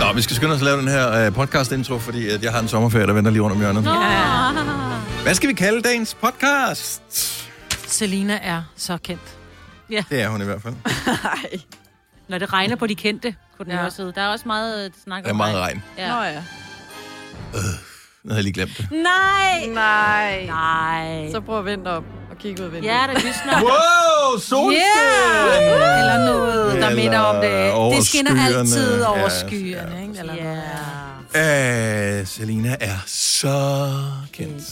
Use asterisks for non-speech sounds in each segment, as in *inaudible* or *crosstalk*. Nå, vi skal skynde os at lave den her øh, podcast-intro, fordi at jeg har en sommerferie, der venter lige rundt om hjørnet. *laughs* Hvad skal vi kalde dagens podcast? Selina er så kendt. Det er hun i hvert fald. Når det regner på de kendte, kunne den Ja. ja. også hedde. Der er også meget øh, snak om Der er meget regn. Ja. Nå ja. Jeg havde lige glemt det. Nej! Nej. Nej. Så prøv at vente op og kigge ud af vinduet. Ja, der lysner. Wow, solskin! Yeah! Eller noget, der Eller minder om det. over Det skinner skyerne. altid over Ja, skyerne, ikke? Eller Ja. noget. Øh, Selina er så kendt.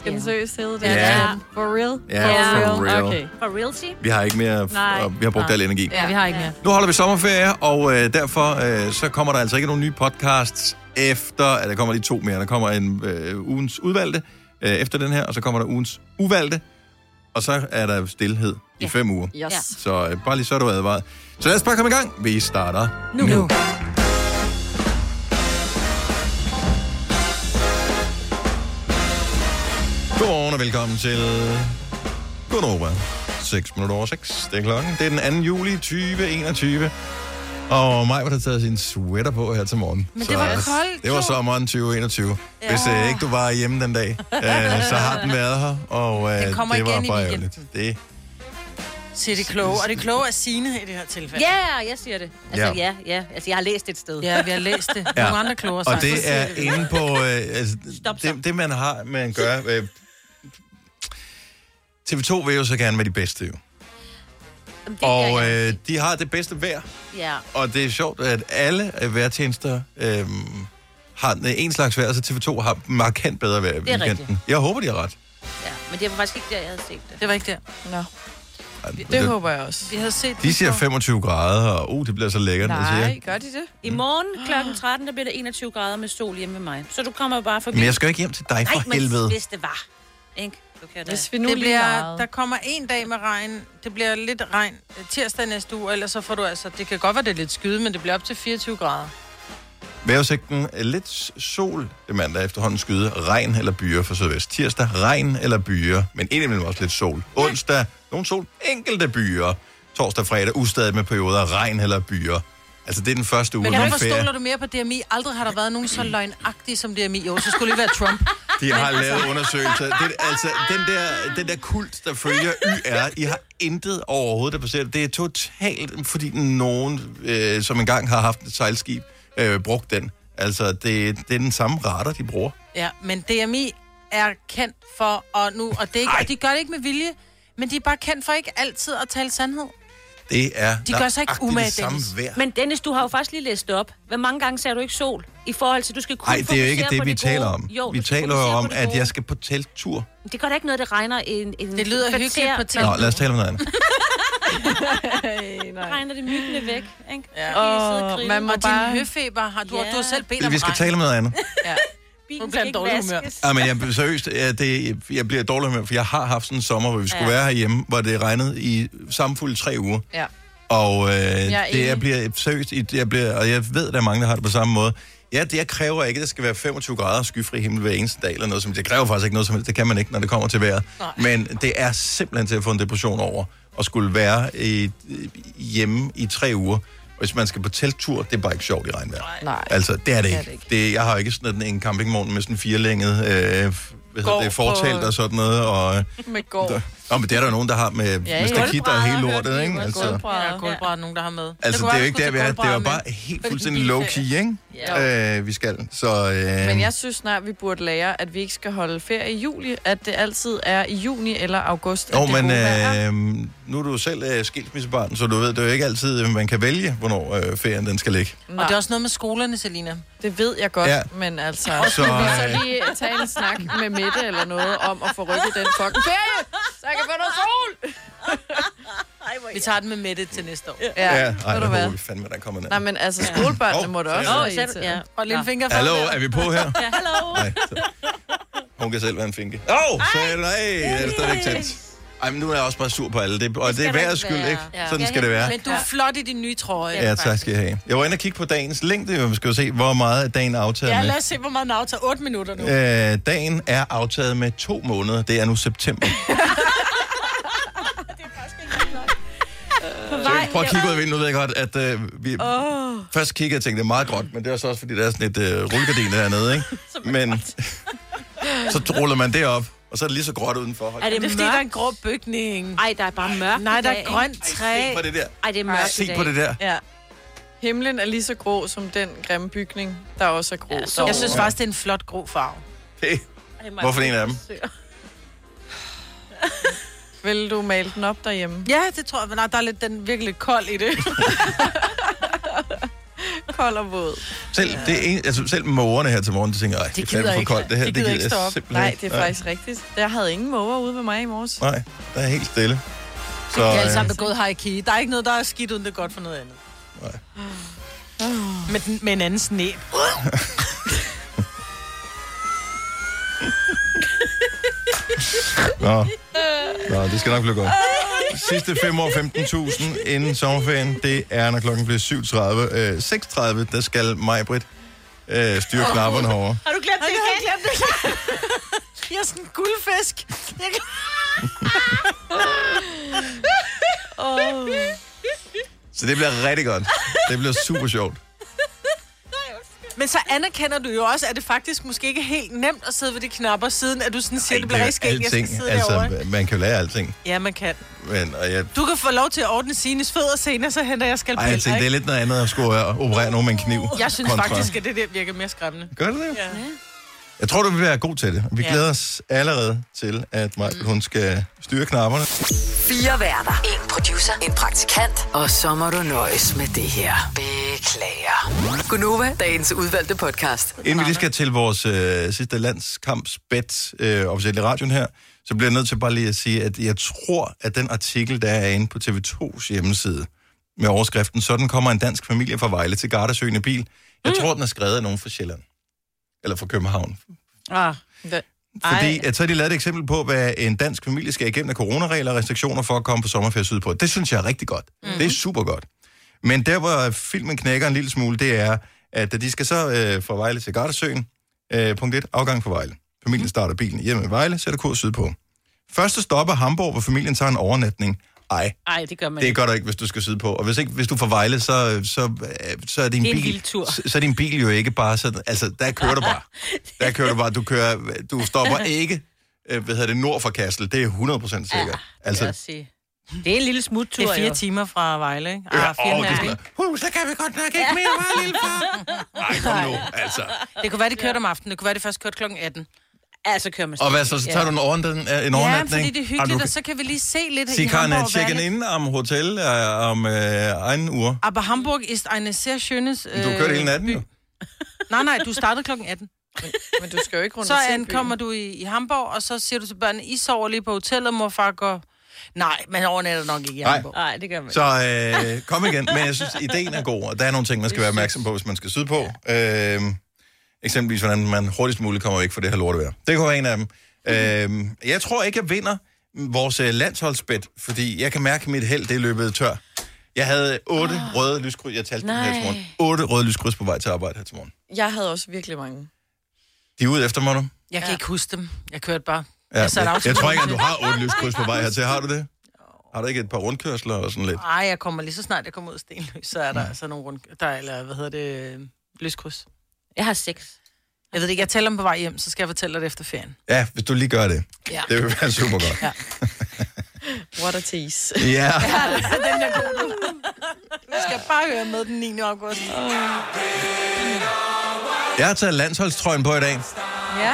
Skal den seriøst hedde det? Ja. For real? Ja, for real. Okay. For realty? Vi har ikke mere, Nej. og vi har brugt al energi. Ja, vi har ikke mere. Nu holder vi sommerferie, og øh, derfor øh, så kommer der altså ikke nogen nye podcasts efter, at der kommer lige to mere. Der kommer en øh, ugens udvalgte øh, efter den her, og så kommer der ugens uvalgte, og så er der stillhed i Ja. fem uger. Yes. Ja. Så øh, bare lige så er du advaret. Så lad os bare komme i gang. Vi starter nu. nu. Godmorgen og velkommen til Gunova. 6 minutter over 6. Det er klokken. Det er den 2. juli 2021. Og mig var der taget sin sweater på her til morgen. Men det var koldt, Det var jo. sommeren 2021. Ja. Hvis øh, ikke du var hjemme den dag, øh, så har den været her. Og øh, Den kommer det var igen i bare weekenden. ærgerligt. Det Siger det kloge, og det kloge er sine i det her tilfælde. Ja, jeg siger det. Altså, Ja. ja. ja, Altså, jeg har læst et sted. Ja, vi har læst det. Ja. Nogle andre kloge Og det er inde på... Øh, altså, Stop så. det, det, man har, man gør... Øh, TV2 vil jo så gerne være de bedste, jo. Jamen, det gør Og jeg. øh, de har det bedste vejr, Ja. og det er sjovt, at alle øh, vejrtjenester øh, har øh, en slags vejr, så TV2 har markant bedre vejr i Det er weekenden. rigtigt. Jeg håber, de har ret. ja. Men det var faktisk ikke der, jeg havde set det. Det var ikke der. Nå, Ej, det håber jeg også. Vi havde set De det siger på- 25 grader, og uh, det bliver så lækkert. jeg siger, Nej, gør de det? I morgen kl. 13, der bliver det 21 grader med sol hjemme ved mig. Så du kommer bare forbi. Men jeg skal jo ikke hjem til dig, for Ej, men helvede. hvis det var. Ikke? Du kan da. Hvis vi nu Det lige bliver, meget. der kommer en dag med regn. Det bliver lidt regn øh, tirsdag næste uge, ellers så får du altså... Det kan godt være, det er lidt skyde, men det bliver op til 24 grader. Vejrudsigten er lidt sol det mandag efterhånden skyde, regn eller byer for sydvest. Tirsdag regn eller byer, men indimellem også lidt sol. Onsdag nogen sol, enkelte byer. Torsdag fredag ustadig med perioder af regn eller byer. Altså det er den første uge, Men men hvorfor ferie. Mm. stoler du mere på DMI? Aldrig har der været nogen så løgnagtige som DMI. Jo, så skulle det være Trump. De har lavet undersøgelser. Det, er- altså den der, den der kult, der følger YR, I har intet overhovedet, der passerer. Det er totalt, fordi nogen, øh, som engang har haft et sejlskib, øh, brugt den. Altså det, det er den samme radar, de bruger. Ja, men DMI er kendt for, og nu, og, det er ikke, og de gør det ikke med vilje, men de er bare kendt for ikke altid at tale sandhed. Det er De gør sig ikke nøjagtigt umage, det samme Dennis. vejr. Men Dennis, du har jo faktisk lige læst det op. Hvor mange gange ser du ikke sol? I forhold til, du skal kun Nej, det er jo ikke fokusere det, på vi taler gode. om. Jo, vi du skal taler jo fokusere om, på det at gode. jeg skal på telttur. Det gør da ikke noget, det regner en... en Det lyder et hyggeligt kvarter. på telt. *laughs* Nå, lad os tale om noget andet. Ej, Så nej. regner det myggene væk, ikke? Ja. Åh, man må Og bare... din høfeber har du, Ja. du har selv bedt om Det, vi skal regn. tale om noget andet. Ja. Bilen Nu bliver skal han ikke dårlig humør. vaskes. Ej, men jeg, seriøst, ja, det, jeg bliver dårlig med, for jeg har haft sådan en sommer, hvor vi skulle Ja. være herhjemme, hvor det regnede i samfulde tre uger. Ja. Og øh, er det jeg enig. bliver seriøst, i- jeg bliver, og jeg ved, at der er mange, der har det på samme måde. Ja, det jeg kræver ikke, at det skal være 25 grader og skyfri himmel hver eneste dag eller noget som Det kræver faktisk ikke noget som helst. Det kan man ikke, når det kommer til vejret. Men det er simpelthen til at få en depression over at skulle være i, hjemme i tre uger. Hvis man skal på telttur, det er bare ikke sjovt i regnvejr. Nej. Altså, det er det ikke. Det, jeg har jo ikke sådan en campingvogn med sådan en firelænget øh, hvad hedder Gård det, fortelt på- og sådan noget. Og, øh, *laughs* Med gård. der, Nå, men det er der jo nogen, der har med, ja, Ja, med i stakit, der er helt gulvbrædder, lortet, hørte vi ikke? i Altså. Ja, der Gulvbrædder. er kulbrædder, nogen, der har med. Det Altså, kunne det er jo være, ikke vi der, vi skulle til er. Det var kulbrædder bare med- helt fordi fuldstændig vi er low-key, ikke? Ja. Øh, vi skal. Så, øh, Men jeg synes snart, vi burde lære, at vi ikke skal holde ferie i juli, at det altid er i juni eller august. at jo, det men gode vejr er. øh, nu er du jo selv øh, skilsmissebarn, så du ved, det er jo ikke altid, øh, man kan vælge, hvornår øh, ferien den skal ligge. Og Nej, det er også noget med skolerne, Selina. det ved jeg godt, Ja. ja. men altså... Så, Så, øh... så øh, lige tage en snak med Mette eller noget om at få rykket den fucking ferie, så jeg kan få noget sol! Vi tager den med Mette til næste år. Ja, ja, ja. ej, ved der du hvad? håber vi fandme, der kommer ned. Nej, men altså, skolebørnene Åh, må da så er også det- være Åh, sæt, irriterede. ja. Og lille finger for Hallo, med. er vi på her? Ja, hallo. Nej. så- Hun kan selv være en finke. Åh, oh, så er det, nej, er det stadigvæk tændt. Ej, men nu er jeg også bare sur på alle. Det, og det, skal er der værets ikke skyld, være. ikke? Ja. Sådan Ja, skal det være. Men du er flot i din nye trøje. Ja, tak skal jeg have. Jeg var inde og kigge på dagens længde, og vi skal jo se, hvor meget af dagen er aftaget Ja, med. lad os se, hvor meget den aftager. 8 minutter nu. Øh, dagen er aftaget med to måneder. Det er nu september. på Så vej. prøv at kigge ud af vinduet, ved jeg godt, at øh, vi oh. først kiggede og tænkte, det er meget gråt, men det er så også, fordi der er sådan et øh, rullegardin dernede, ikke? men *laughs* så ruller man det op, og så er det lige så gråt udenfor. Hold Er det, Det er fordi, der er en grå bygning. Ej, der er bare mørkt Nej, der i dag, er ikke? grønt træ. Se på det der. Ej, det er mørkt i Se dag. på det der. Ja. Himlen er lige så grå som den grimme bygning, der også er grå. Ja, Ja, så- Jeg synes faktisk, det er en flot grå farve. Det. Ej, mig- Hvorfor en af dem? Vil du male den op derhjemme? Ja, det tror jeg. Men nej, der er lidt, den er virkelig lidt kold i det. *laughs* Kold og våd. Selv, det ene, altså, selv mågerne her til morgen, de tænker, Ej, det er gider fandme for ikke. koldt det her. De gider ikke stå jeg op. simpelthen Nej, ikke. det er faktisk rigtigt. Jeg havde ingen måger ude med mig i morges. Nej, øh, der er helt stille. Så, De er alle øh, sammen begået harakiri. Der er ikke noget, der er skidt, uden det er godt for noget andet. Nej. *sighs* Med, den, med en anden sne. øh. Nå. Nå, det skal nok blive godt. Sidste 5 år 15.000 inden sommerferien, det er, når klokken bliver 7.30. Øh, 6.30, der skal Majbrit øh, styre knapperne herovre. Har du glemt det igen? *laughs* Jeg er sådan en guldfisk. Jeg kan... *laughs* Oh. Så det bliver rigtig godt. Det bliver super sjovt. Men så anerkender du jo også, at det faktisk måske ikke er helt nemt at sidde ved de knapper, siden at du sådan siger, det bliver rigtig skægt, jeg skal sidde altså... derovre. altså, man kan jo lære alting. Ja, man kan. Men, og jeg, Du kan få lov til at ordne sine fødder senere, så henter jeg ej, jeg skalpel. tænkte, det er lidt noget andet at skulle øh, operere nogen med en kniv. Jeg synes kontra- faktisk, at det der virker mere skræmmende. Gør det det? Ja. Jeg tror, du vil være god til det. Vi Ja. glæder os allerede til, at Majbrit, hun skal styre knapperne. Fire værter. En producer. En praktikant. Og så må du nøjes med det her. Beklager. Gunova, dagens udvalgte podcast. Inden vi lige skal til vores øh, sidste landskampsbet øh, officielt i radioen her, så bliver jeg nødt til bare lige at sige, at jeg tror, at den artikel, der er inde på TV2's hjemmeside, med overskriften, sådan kommer en dansk familie fra Vejle til Gardasøen i bil. Jeg mm. tror, den er skrevet af nogen fra Sjælland. Eller fra København. Ah. Fordi at så har de lavet et eksempel på, hvad en dansk familie skal igennem af coronaregler og restriktioner for at komme på sommerferie sydpå. Det synes jeg er rigtig godt. Mm. Det er super godt. Men der, hvor filmen knækker en lille smule, det er, at de skal så øh, fra Vejle til Gardasøen. Øh, punkt 1. Afgang fra Vejle. Familien starter bilen hjemme i Vejle, sætter kurs sydpå. Første stop er Hamburg, hvor familien tager en overnatning. Ej, Ej, det gør man det ikke. gør du ikke, hvis du skal sidde på. Og hvis, ikke, hvis du får Vejle, så, så, øh, så er din Det er en bil... vild tur. Så, så er din bil jo ikke bare sådan... Altså, der kører du *laughs* bare. Der kører du bare. Du, kører, du stopper ikke, øh, hvad hedder det, nord for Kassel. Det er 100% Ah, sikkert. altså, Lad os sige. Det er en lille smuttur, Det er fire jo. timer fra Vejle, ikke? Ja, Ah, fire *laughs* og åh, en det er halv, sådan ikke? noget. Huh, så kan vi godt nok ikke mere, hva', lille *laughs* far? Ej, kom nu, altså. Det kunne være, de kørte om aftenen. Det kunne være, de først kørte klokken 18. Altså kører man Og hvad så, så tager du en overnatning? En Ja, overnatning? fordi det er Ej, hyggeligt, du- og så kan vi lige se lidt Sig i Karen, at Hamburg. hvad er tjekken det? ind om hotel, øh, om øh, egen uur. Aber Hamburg ist eine sehr schönes... Du øh, kørte hele natten, jo. Nej, nej, du startede klokken 18. Men du skal jo ikke rundt Så og se ankommer byen. du i, i Hamburg, og så siger du til børnene, I sover lige på hotellet, mor og far går... Nej, man overnatter nok ikke i Nej. Hamburg. Nej, det gør man ikke. Så *laughs* øh, kom igen. Men jeg synes, ideen er god, og der er nogle ting, man skal være opmærksom på, hvis man skal sydpå. Øh, eksempelvis, hvordan man hurtigst muligt kommer væk fra det her lortevejr. Det kunne være en af dem. Øh, jeg tror ikke, jeg vinder vores øh, landsholdsbet, fordi jeg kan mærke, at mit held det er løbet tør. Jeg havde otte oh. røde lyskryds. Jeg talte dem her til Ah. Nej. morgen. Otte røde lyskryds på vej til arbejde her til morgen. Jeg havde også virkelig mange. De er ude efter mig nu. Jeg kan ikke huske dem. Jeg kørte bare. Ja, Altså, jeg, satte jeg, afstand jeg tror på ikke, at det. du har otte lyskryds på vej hertil. Har du det? Har du ikke et par rundkørsler og sådan lidt? Ej, jeg kommer lige så snart jeg kommer ud af Stenløs, så er der altså nogle rundt... Der, er- eller hvad hedder det? øh, Lyskryds. Jeg har seks. Jeg ved det ikke, jeg tæller dem på vej hjem, så skal jeg fortælle dig det efter *laughs* ferien. Ja, hvis du lige gør det. Ja. Det vil være super godt. What a tease. Ja. *laughs* Yeah. Jeg skal bare høre med den 9. august. Jeg har taget landsholdstrøjen på i dag. Ja.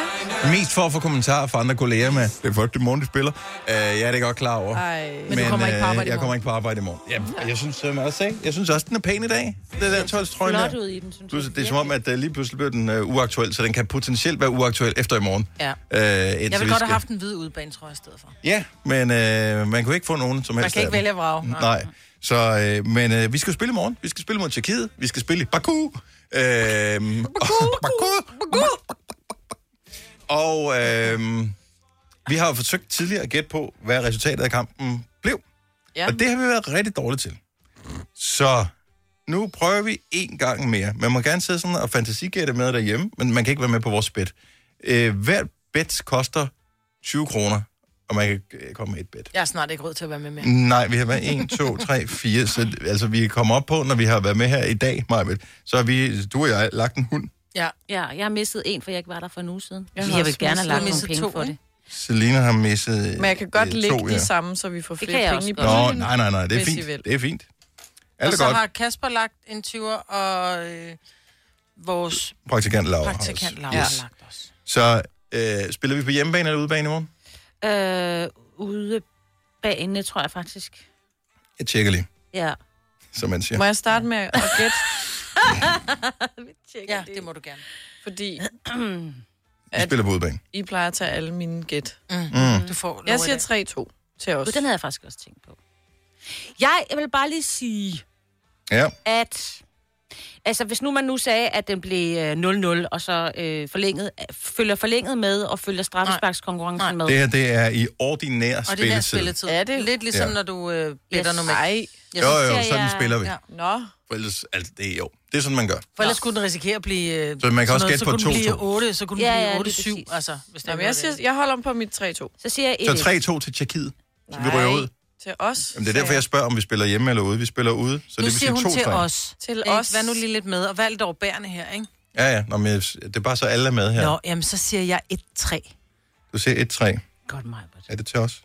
Mest for at få kommentarer fra andre kolleger med. Det er folk, det morgen, de spiller. Uh, jeg er det godt klar over. øh, Ej. Men du kommer ikke på arbejde i jeg morgen. kommer ikke på arbejde i morgen. Ja, jeg synes, det er også, ikke? Jeg synes også, den er pæn i dag. Det er landsholdstrøjen Flot der. ud i den, synes Plus, det er som om, at uh, lige pludselig bliver den uh, uaktuel, så den kan potentielt være uaktuel efter i morgen. Ja. Uh, Jeg vil godt have haft en hvid udbane, tror jeg, i stedet for. Ja, men øh, man kunne ikke få nogen som helst Man kan af ikke dem. vælge at vrage. Nej. Nej. Så, øh, men øh, vi skal jo spille i morgen. Vi skal spille mod Tjekkiet. Vi skal spille i Baku. Øh, *laughs* Baku, Baku, Baku. Og øh, vi har jo forsøgt tidligere at gætte på, hvad resultatet af kampen blev. Ja. Og det har vi været rigtig dårlige til. Så nu prøver vi en gang mere. Man må gerne sidde sådan og fantasigætte med derhjemme, men man kan ikke være med på vores bet. Øh, hvert bet koster 20 kroner, og man kan øh, komme med et bed. Jeg har snart ikke råd til at være med mere. Nej, vi har været 1, *laughs* 2, 3, 4, så altså, vi er kommet op på, når vi har været med her i dag, Majbet, så har vi, du og jeg, lagt en hund. Ja. ja, jeg har mistet en, for jeg ikke var der for en uge siden. Jeg Jeg, har jeg også vil gerne have mistet- lagt mistet to, nogle penge for ikke? det. Selina har misset Men jeg kan godt øh, lægge to, de samme, så vi får flere kan jeg penge i også Nå, puljen. nej, nej, nej, det er hvis I fint. vil. *laughs* Det er fint. Og Alt så er godt. har Kasper lagt en 20'er, og øh, vores Praktikant Laura. har praktikant også. Laura Yes. har lagt os. Så øh, spiller vi på hjemmebane eller udebane i morgen? Øh, ude bagende, tror jeg faktisk. Jeg tjekker lige, Ja. som man siger. Må jeg starte med at gætte? Ja, det må du gerne. *clears throat* Fordi Vi spiller på udebane. I plejer at tage alle mine gæt. Mm. Du får lov Jeg i siger dag. 3-2 til os. Gud, den havde jeg faktisk også tænkt på. *laughs* Jeg, jeg vil bare lige sige, Ja, at... Altså, hvis nu man nu sagde, at den blev øh, 0-0, og så øh, forlænget, følger forlænget med, og følger straffesparkskonkurrencen med. det her, det er i ordinær Og det er spilletid. spilletid. Er det? Lidt ligesom, Ja. når du øh, blætter Yes. nummer et. Nej. Jeg Jo, synes, jo, siger sådan jeg- spiller vi. Ja. Nå. For ellers, altså, det er jo. Det er sådan, man gør. For ellers skulle den risikere at blive... øh, Så man kan sådan også noget, gætte så på kunne den 2-2. blive 8, så kunne den Ja, blive ja, lige 8, 7, præcis. altså, hvis det Jamen, er jeg, noget, siger, det jeg holder mig på mit 3-2. Så siger jeg Så 1 3-2 til Tjekkiet. Så vi rører ud. Til os. Jamen, det er derfor, jeg spørger, om vi spiller hjemme eller ude. Vi spiller ude, så er. Nu det vil siger sige hun til 2-3. os. Til Ikke? os. Vær nu lige lidt med, og vær lidt overbærende her, ikke? Ja, ja. Nå, men jeg- det er bare så alle er med her. Nå, jamen, så siger jeg 1-3. Du ser 1-3. Godt mig, Britt. Er det til os?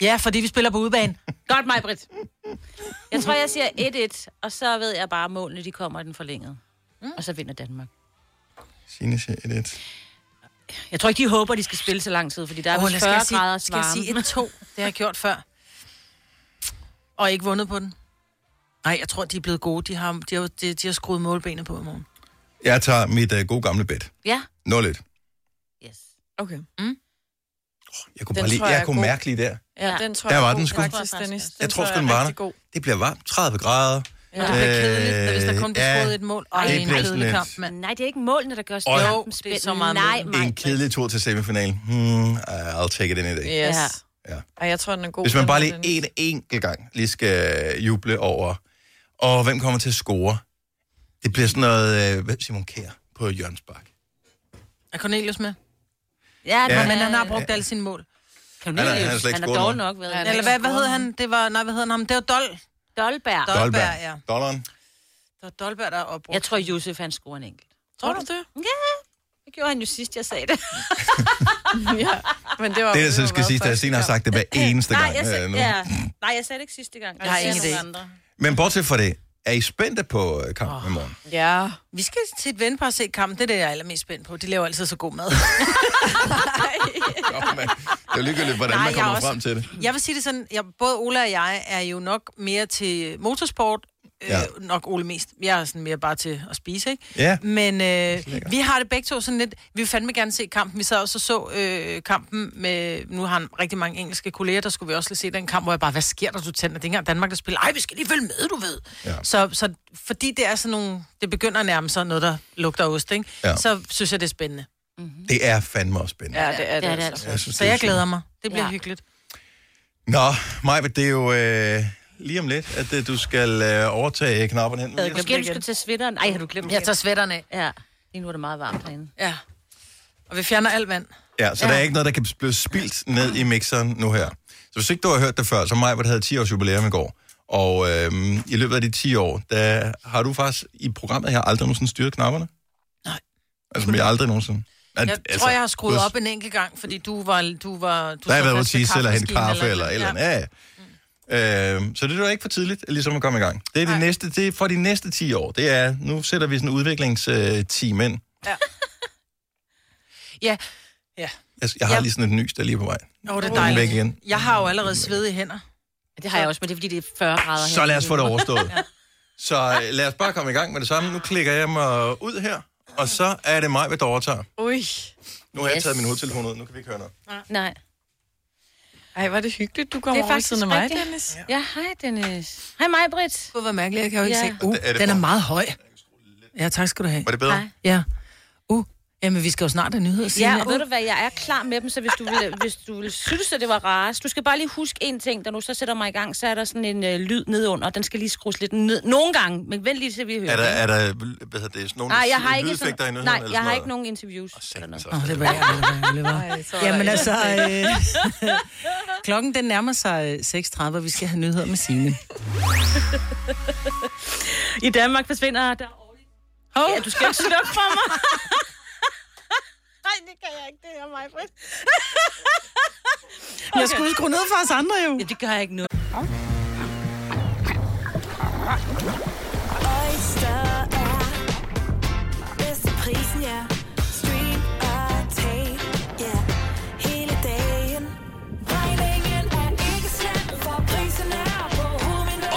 Ja, fordi vi spiller på udebane. Godt mig, Britt. Jeg tror, jeg siger 1-1, og så ved jeg bare, at målene de kommer i den forlængede. Mm. Og så vinder Danmark. Signe siger 1-1. Jeg tror ikke, de håber, de skal spille så lang tid, fordi der er Åh, oh, lad- 40 skal jeg graders sige- varme. Skal jeg sige 1-2? Det har jeg gjort før. Og ikke vundet på den. Nej, jeg tror, de er blevet gode. De har, de har, de, de har skruet målbenet på i morgen. Jeg tager mit uh, gode gamle bet. Ja. 0-1. Yes. Okay. Mm? Mm. Jeg kunne, Den bare lige, tror jeg, jeg er kunne god. mærke lige der. Ja, Ja. den tror Der jeg var er den god sgu. faktisk, Jeg tror Dennis. Den Jeg tror tror sgu, jeg den er var der. rigtig god. Det bliver varmt. 30 grader. Ja. Det bliver kedeligt, hvis der kun bliver Øh, ja, skruet et mål. Ej, det det er en bliver sådan kedelig lidt- kamp, mand. Nej, det er ikke målene, der gør Øj. Jo, det er så meget Nej, mål. En mig. kedelig tur til semifinalen. Hmm, I'll take it in i dag. Yes. Ja. Ja. Ej, jeg tror, den er god. Hvis man den bare her, lige Dennis. en enkelt gang lige skal øh, juble over, og hvem kommer til at score? Det bliver sådan noget, øh, hvem Simon Kjær på Jørgens Bak. Er Cornelius med? Ja, Ja. Men han har brugt alle sine mål. Cornelius, Han er- han er slet ikke han er scoret dårlig noget. nok, ved jeg. Eller hvad, hvad hed han? Det var, nej, hvad hed han ham? Det var Dol. Dolberg. Dol- Dolberg, ja. Dollaren. Det var Dolberg, der er opbrugt. Jeg tror, Josef, han scorer en enkelt. Tror du det? Det gjorde han jo sidst, jeg sagde *laughs* det. ja. Men det var... Det, der så var skal meget sige, at første Stine har kamp. sagt det hver eneste Nej, gang. jeg øh, sagde, nu. ja. Nej, jeg sagde det ikke sidste gang. Jeg har ingen idé. Men bortset fra det, er I spændte på øh, kampen i morgen? Ja. Vi skal til et venpar og se kampen. Det er det, jeg er allermest spændt på. De laver altid så god mad. Nå, men, det er ligegyldigt, hvordan Nej, man jeg kommer også- frem til det. jeg vil sige det sådan, jeg, både Ola og jeg er jo nok mere til motorsport. Øh, Ja. Nok Ole mest. Jeg er sådan mere bare til at spise, ikke? Ja. Men øh, vi har det begge to sådan lidt... Vi vil fandme gerne se kampen. Vi sad også og så øh, kampen med... Nu har han rigtig mange engelske kolleger, der skulle vi også lige se den kamp, hvor jeg bare, hvad sker der, du tænder? Det er ikke engang Danmark, der spiller. Ej, vi skal lige følge med, du ved. Ja. Så, så fordi det er sådan nogle... Det begynder nærmest sådan noget, der lugter af ost, ikke? Ja. Så synes jeg, det er spændende. Det er fandme også spændende. Ja, det er det, Det er det altså. altså. Jeg synes, Så det er jeg sjovt. glæder mig. Det bliver Ja. hyggeligt. Nå, Maja, det er jo øh, lige om lidt, at øh, du skal øh, overtage knapperne hen. Jeg Måske du skal tage svitteren. Ej, har du glemt Jeg tager svætterne af. Ja, lige nu er det meget varmt herinde. Ja. Og vi fjerner alt vand. Ja, så ja. der er ikke noget, der kan blive spildt ned i mixeren nu her. Så hvis ikke du har hørt det før, så mig, hvor havde 10 års jubilæum i går. Og øhm, i løbet af de 10 år, der har du faktisk i programmet her aldrig nogensinde styret knapperne? Nej. Altså, jeg aldrig nogensinde. At, Jeg tror, jeg har skruet du op en enkelt gang, fordi du var... Du var du Der så altså, har jeg været ude fast at ved tisse eller hente kaffe kaffemaskinen eller et eller andet. Ja. Ja. Øhm, så det er jo ikke for tidligt, ligesom at komme i gang. Det er, de næste, det er for de næste 10 år. Det er, nu sætter vi sådan en udviklingsteam ind. Ja. Ja. Jeg, jeg har Ja. lige sådan et nys, der er lige på vej. Åh, oh, det er Nu er den væk dejligt. igen. Jeg har jo allerede svedige hænder. Det har jeg også, men det er fordi, det er 40 grader Så lad os få det overstået. Så øh, lad os bare komme i gang med det samme. Nu klikker jeg mig ud her, og så er det mig, hvad der overtager. Ui. Nu har jeg Yes. taget min hovedtelefon ud, nu kan vi ikke høre noget. Nej. Ej, var det hyggeligt, du kommer Det er over faktisk siden af mig, rigtigt. Dennis. Ja, hej Dennis. Hej mig, Britt. Det var mærkeligt, jeg kan jo ikke Ja. se. Uh, Er det den er for- meget høj. Ja, tak skal du have. Var det bedre? Hej. Ja. Uh, Jamen, vi skal jo snart have nyheder. Ja, Signe. og ved du hvad, jeg er klar med dem, så hvis du, vil, hvis du vil synes, at det var rarest. Du skal bare lige huske en ting, der nu så sætter mig i gang, så er der sådan en øh, lyd nedunder. Den skal lige skrues lidt ned. Nogle gange, men vent lige til vi hører. Er der, er den. der hvad hedder det, sådan nogle Nej, jeg har ikke, lydeffekter i sådan, nyhederne? nej, eller jeg sådan har noget? ikke nogen interviews. eller noget. Åh, det var jeg, det var jeg, det *laughs* var jeg. Jamen altså, øh, klokken den nærmer sig øh, 6.30, og vi skal have nyheder med Signe. I Danmark forsvinder der årligt... *laughs* Hov. Ja, du skal ikke slukke for mig. *laughs* Nej, det kan jeg ikke. Det er mig, Britt. *laughs* *laughs* Jeg skulle skrue ned for os andre jo. Ja, det gør jeg ikke noget. Oyster er bedst til prisen, ja. Stream og tag, ja. Hele dagen. Regningen er ikke slem, for prisen er på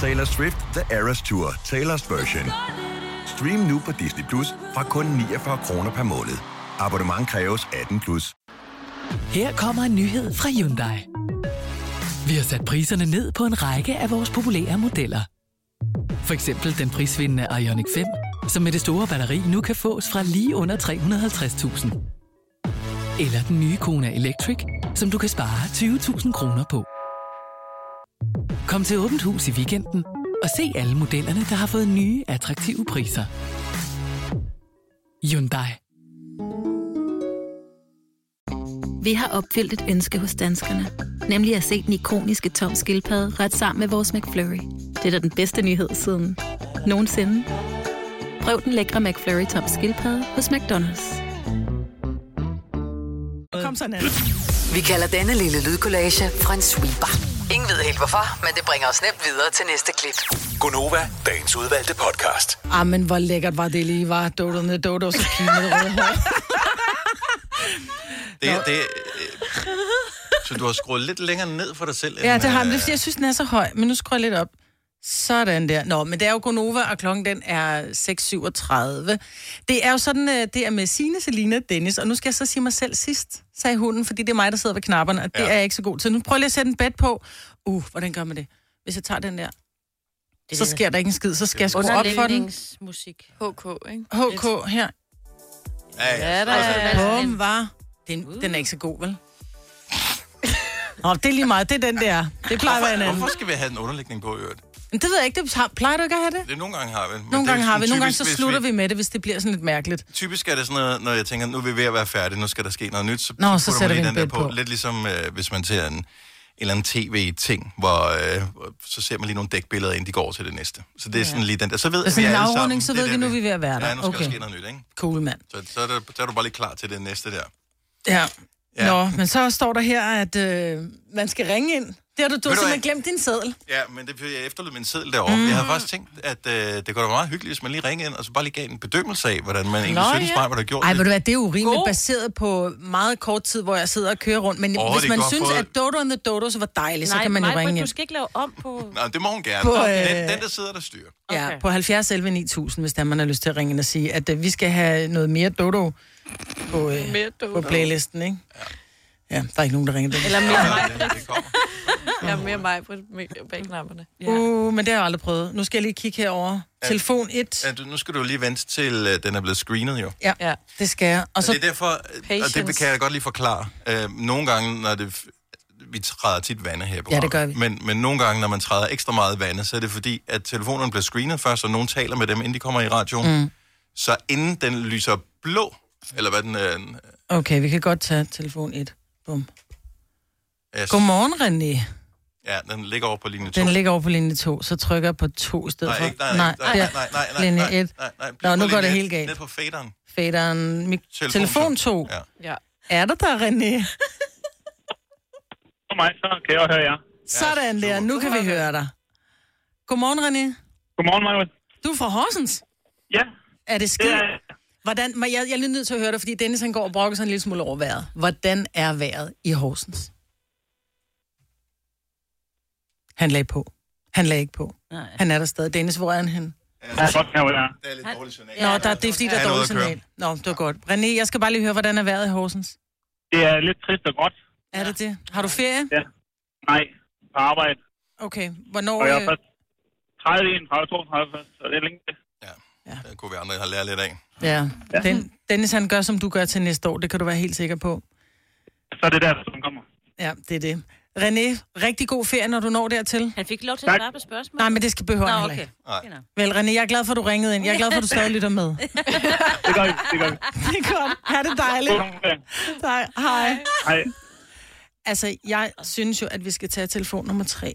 Taylor Swift The Eras Tour, Taylor's version. Stream nu på Disney Plus fra kun 49 kroner per måned. Abonnement kræves 18 plus. Her kommer en nyhed fra Hyundai. Vi har sat priserne ned på en række af vores populære modeller. For eksempel den prisvindende Ioniq 5, som med det store batteri nu kan fås fra lige under 350.000. Eller den nye Kona Electric, som du kan spare 20.000 kroner på. Kom til Åbent Hus i weekenden og se alle modellerne, der har fået nye, attraktive priser. Hyundai. Vi har opfyldt et ønske hos danskerne. Nemlig at se den ikoniske tom skildpadde ret sammen med vores McFlurry. Det er da den bedste nyhed siden nogensinde. Prøv den lækre McFlurry tom skildpadde hos McDonald's. Kom sådan en. Vi kalder denne lille lydkollage en sweeper. Ingen ved helt hvorfor, men det bringer os nemt videre til næste klip. Gonova, dagens udvalgte podcast. Ah, men hvor lækkert var det lige, var doderne dodo, så pige med det røde *laughs* hår. Det, det, øh, så du har skruet lidt længere ned for dig selv? Ja, end, det har øh, den. Det er, fordi jeg synes, den er så høj, men nu skruer jeg lidt op. Sådan der. Nå, men det er jo Gonova, og klokken den er 6.37. Det er jo sådan, øh, det er med Signe, Selina Dennis, og nu skal jeg så sige mig selv sidst, sagde hunden, fordi det er mig, der sidder ved knapperne, og det Ja. ja. er jeg ikke så god til. Nu prøver jeg lige at sætte en bet på. Uh, hvordan gør man det? Hvis jeg tager den der, er så det. sker der ikke en skid, så skal jeg skrue op for den. Underlægningsmusik. HK, ikke? HK her. Altså, Ja, ja, Ja, der er Bum, var. Den, den er ikke så god, vel? Nå, det er lige meget. Det er den der. Det plejer at være en Hvorfor, anden. hvorfor skal vi have en underlægning på i øvrigt? Men det ved jeg ikke. Det har- plejer du ikke at have det? Det er nogle gange har vi. men Nogle det er gange har vi. sådan Nogle gange typisk, så hvis slutter vi med det, hvis det bliver sådan lidt mærkeligt. Typisk er det sådan noget, når jeg tænker, nu er vi ved at være færdige, nu skal der ske noget nyt, så, Nå, så putter man sætter vi lige en den bet der på. på. Lidt ligesom øh, hvis man ser en, en eller anden tv-ting, hvor øh, hvor- så ser man lige nogle dækbilleder, inden de går til det næste. Så det er sådan lige den der. Så ved er sådan vi en alle afrunding, sammen, så det ved vi der, nu, vi er ved at være der. Ja, nu skal okay. der Okay. ske noget nyt, ikke? Cool, mand. Så, så, er det, så er du bare lige klar til det næste der. Ja. Ja. ja. Nå, men så står der her, at øh, man skal ringe ind. Det har du, du hvad? har simpelthen glemt din seddel. Ja, men det er fordi, jeg efterlod min seddel derovre. Mm. Jeg havde faktisk tænkt, at øh, det kunne da være meget hyggeligt, hvis man lige ringede ind, og så bare lige gav en bedømmelse af, hvordan man egentlig Nå, synes, ja. mig, hvad der gjorde. Ej, det. ved du hvad, det er urimeligt baseret på meget kort tid, hvor jeg sidder og kører rundt. Men Åh, oh, det hvis er man godt synes, fået. at Dodo and the Dodos var dejlig, så Nej, kan man jo Maj-Brit, ringe ind. du skal ikke lave om på... Nå, det må hun gerne. På, den, øh, den, der sidder, der styrer. Ja, Okay. på 70 11 9000, hvis der man har lyst til at ringe ind og sige, at øh, vi skal have noget mere Dodo på, øh, Mere på Dodo. playlisten, ikke? Ja, der er ikke nogen, der ringer det. Eller mere mig. Ja, det kommer. Jeg er mere mig på bag *laughs* knapperne. Ja. Uh, men det har jeg aldrig prøvet. Nu skal jeg lige kigge herover. Telefon 1. Ja, du, nu skal du lige vente til, øh, den er blevet screenet jo. Ja, Ja. ja. det skal jeg. Og Så, det så er derfor, øh, og det Patience. kan jeg godt lige forklare. Øh, nogle gange, når det, vi træder tit vande her på Ja, det gør programmet. Men, men nogle gange, når man træder ekstra meget vande, så er det fordi, at telefonerne bliver screenet først, og nogen taler med dem, inden de kommer i radioen. Mm. Så inden den lyser blå, eller hvad den øh, er... Okay, vi kan godt tage telefon 1. Bum. Øh, Godmorgen, René. ja, den ligger over på linje 2. Den ligger over på linje 2, så trykker jeg på 2 i stedet nej, for. ikke, nej, nej, nej, nej, der. nej, nej, nej, linje nej, 1. nej, nej, bliv Nå, på nu går linje det et, helt galt. Ned på faderen. Faderen, mik- telefon 2. Ja. Ja. Er der der, René? for mig, så kan jeg også høre jer. Sådan der, nu kan vi høre dig. Godmorgen, René. Godmorgen, Maja. Du er fra Horsens. Ja, Er det det skidt? er Hvordan, men jeg, jeg er lige nødt til at høre dig, fordi Dennis han går og brokker sig en lille smule over vejret. Hvordan er vejret i Horsens? Han lagde på. Han lagde ikke på. Nej. Han er der stadig. Dennis, hvor er han henne? Ja, godt kan være. Det er lidt dårligt signal. Nå, der, det er fordi, der Ja, er dårlig noget at køre. signal. Nå, det var godt. René, jeg skal bare lige høre, hvordan er vejret i Horsens? Det er lidt trist og godt. Er det det? Har du ferie? Ja. Nej, på arbejde. Okay, hvornår... Og jeg øh, er først 30, 31, 32, så det er længe. Det kunne vi andre have lært lidt af. Ja, Den, Dennis han gør, som du gør til næste år. Det kan du være helt sikker på. Så er det der, som kommer. Ja, det er det. René, rigtig god ferie, når du når dertil. Han fik lov til at svare på spørgsmål. Nej, men det skal behøver Nå, han heller okay. ikke. Vel, René, jeg er glad for, at du ringede ind. Jeg er glad for, at du stadig lytter *laughs* med. Det gør vi, det gør vi. Det er godt. Ha' det dejligt. Nej, hej. Hej. Altså, jeg synes jo, at vi skal tage telefon nummer tre.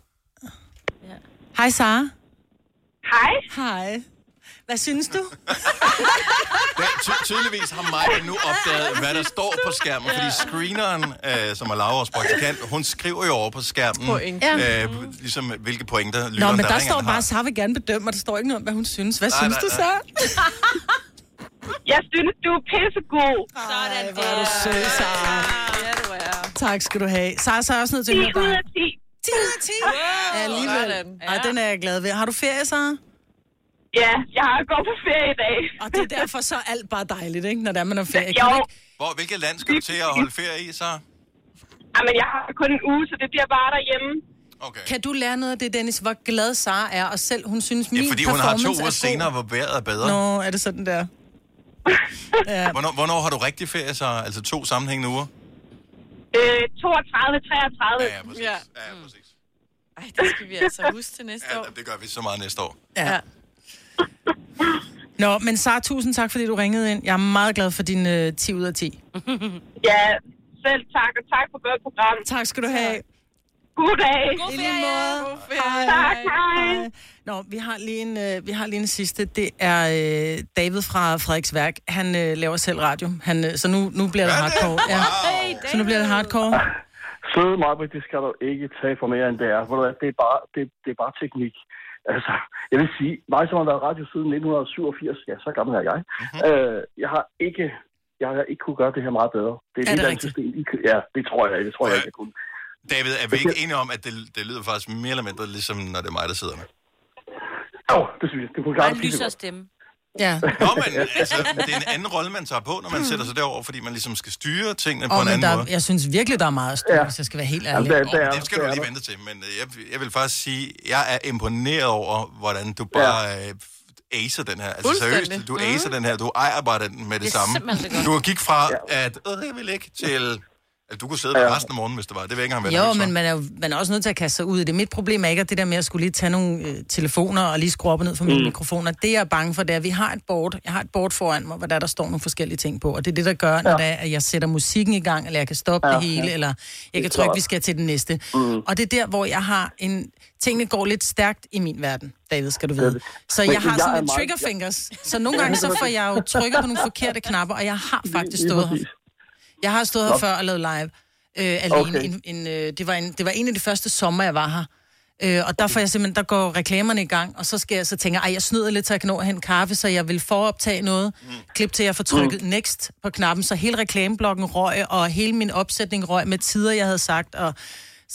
Hej, Sara. Hej. Hej. Hvad synes *laughs* du? Ja, ty- tydeligvis har Maja nu opdaget, hvad der står på skærmen, fordi screeneren, øh, som er Lauras praktikant, hun skriver jo over på skærmen, Point. Ja. øh, ligesom hvilke pointer lytteren, Nå, men der ringer, står har. bare, Sara vil gerne bedømme, og der står ikke noget om, hvad hun synes. Hvad Nej, synes nej, du så? nej. *laughs* Jeg synes, du er pissegod. Sådan Ej, hvor er du sød, Sara. Tak skal du have. Sara, så er jeg også nødt til at 10 høre dig. ud af 10. 10 ud af 10? Ja, alligevel. Ej, den er jeg glad ved. Har du ferie, Sara? Ja, jeg har gået på ferie i dag. Og det er derfor så er alt bare dejligt, ikke? Når det er, man har ferie. Jo. Kan man ikke- Hvor, hvilket land skal du til at holde ferie i, så? Jamen, jeg har kun en uge, så det bliver bare derhjemme. Kan du lære noget af det, Dennis? Hvor glad Sara er, og selv hun synes, min Ja, fordi hun har to performance uger er god. senere, hvor vejret er bedre. Nå, er det sådan der? ja. Hvornår, hvornår har du rigtig ferie, så? Altså to sammenhængende uger? Øh, 32, 33. Ja, præcis. Ja. ja, præcis. Ej, det skal vi altså huske til næste år. Det gør vi så meget næste år. Ja. Nå, men Sara, tusind tak, fordi du ringede ind. Jeg er meget glad for din øh, 10 ud af 10. ja, selv tak, og tak for godt program. Tak skal du have. God dag. I lige måde. God Hej. Tak, hej. Nå, vi har lige en, øh, vi har lige en sidste. Det er øh, David fra Frederiks Værk. Han øh, laver selv radio. Han, øh, så nu, nu bliver det hardcore. Ja. Så nu bliver det hardcore. Søde Marbet, det skal du ikke tage for mere, end det er. Ved du hvad, Det er bare, det, det er bare teknik. Altså, jeg vil sige, mig som har været i radio siden 1987, ja, så gammel er jeg. Mhm. Mm-hmm. Øh, jeg har ikke jeg har ikke kunne gøre det her meget bedre. Det er, et Er det helt andet rigtigt? system. I kø- Ja, det tror jeg, det tror jeg ikke, jeg kunne. David, er vi ikke enige om, at det, det lyder faktisk mere eller mindre, ligesom når det er mig, der sidder med? Åh, det synes jeg. Det kunne klare Bare lyser stemme. Ja. Nå, men altså, det er en anden rolle, man tager på, når man sætter sig derover, fordi man ligesom skal styre tingene på Åh, en men anden der, måde. jeg synes virkelig, der er meget at styre, ja. hvis jeg skal være helt ærlig. Jamen, det, det skal du lige vente til, men øh, jeg, jeg vil faktisk sige, jeg er imponeret over, hvordan du bare ja. acer den her. Altså Fuldstændig. seriøst, du acer den her, du ejer bare den med det, Det er samme. simpelthen så godt. Du gik fra, at øh, jeg vil ikke, til at du kunne sidde der Ja. resten af morgenen, hvis det var. Det vil jeg ikke engang være Jo, nervøs for. men man er, jo, man er også nødt til at kaste sig ud i det. Mit problem er ikke at det der med at skulle lige tage nogle øh, telefoner og lige skrue op og ned for mine Mm. mikrofoner. Det jeg er bange for, det er, at vi har et board. Jeg har et board foran mig, hvor der, der står nogle forskellige ting på. Og det er det, der gør, når ja. det er, at jeg sætter musikken i gang, eller jeg kan stoppe Ja, det hele, ja. eller Det jeg er kan trykke, klart. vi skal til den næste. Mm. Og det er der, hvor jeg har en... Tingene går lidt stærkt i min verden, David, skal du vide. Så Men jeg har jeg er sådan en meget- trigger fingers. Så nogle gange så får jeg jo trykket på nogle forkerte knapper, og jeg har faktisk lige stået her. præcis. Jeg har stået her Nå. før og lavet live øh, alene. Okay. Okay. En, en, øh, det, var en, det var en af de første sommer, jeg var her. Øh, og der får jeg simpelthen, der går reklamerne i gang, og så skal jeg så tænker, ej, jeg snyder lidt, så jeg kan nå at hente kaffe, så jeg vil foroptage noget. Mm. Klip til, jeg får trykket mm. next på knappen, så hele reklameblokken røg, og hele min opsætning røg med tider, jeg havde sagt, og,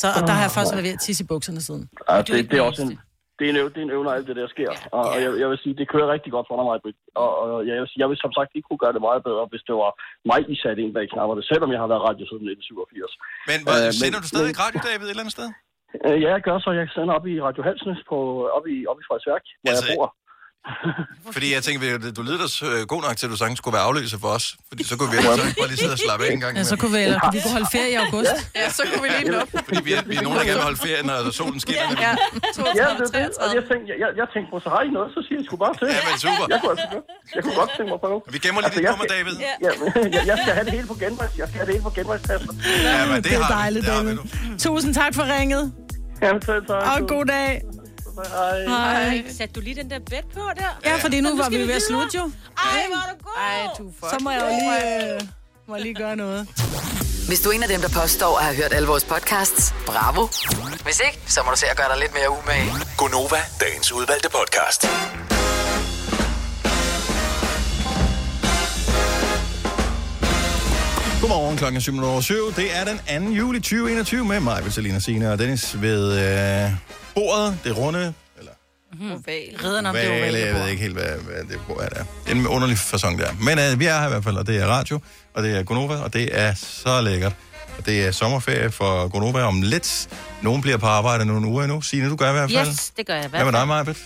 så, og der har jeg Åh. faktisk været ved at tisse i bukserne siden. Ja, Altså, det, det, er også en, det er en, øv, det er en øvne, alt det der sker. Og, og jeg, jeg, vil sige, det kører rigtig godt for dig, mig, Britt. Og, og jeg, vil sige, jeg vil som sagt ikke kunne gøre det meget bedre, hvis det var mig, I satte ind bag knapperne, selvom jeg har været radio siden 1987. Øh, Men hvad, sender du stadig men- radio, David, et eller andet sted? Øh, Ja, jeg gør så. Jeg sender op i Radio Halsnes på, op i, op i Frederiksværk, hvor altså, jeg bor. *laughs* Fordi jeg tænker, du- du lyder da så, øh, god nok til, at du sagtens skulle være afløser for os. Fordi så kunne vi ellers så bare lige sidde og slappe af en gang. Ja, så kunne vi, eller, vi kunne holde ferie i august. Ja, så kunne vi lige nå. Fordi vi, er- vi er nogen, der gerne vil holde ferie, når solen skinner. Ja, ja, det er det. Og jeg tænkte, jeg, jeg, jeg tænkte på, så har I noget, så siger jeg sgu bare til. Ja, men super. Jeg kunne, altså, godt- jeg kunne godt tænke mig på. Vi gemmer lige dit Altså, jeg nummer, skal- David. Ja, jeg, jeg skal have det hele på genvejs. Jeg skal have det hele på genvejspladsen. Ja, men Det er dejligt, David. Tusind tak for ringet. Jamen, selv tak. Og god dag. øh, Hej. Hej. Satte du lige den der bed på der? Ja, fordi nu Så var skal vi ved at videre. slutte jo. Ej, hvor er du god. Ej, du er Så må jeg jo lige, øh, må jeg lige gøre noget. Hvis du er en af dem, der påstår at have hørt alle vores podcasts, bravo. Hvis ikke, så må du se at gøre dig lidt mere umage. Gonova, dagens udvalgte podcast. Godmorgen klokken 7.07. Det er den 2. juli 2021 med mig, Vitalina Sina og Dennis ved øh, bordet. Det runde Mm. Oval. Ridderen om det Hvad- ovale Jeg ved bord. ikke helt, hvad, hvad det bord er der. Det er en underlig fasong, der. Men øh, vi er her i hvert fald, og det er radio, og det er Gonova, og det er så lækkert. Og det er sommerferie for Gonova om lidt. Nogen bliver på arbejde nogle uger endnu. Signe, du gør i hvert fald. Yes, det gør jeg i hvert Hvad med dig, fald. Majbet?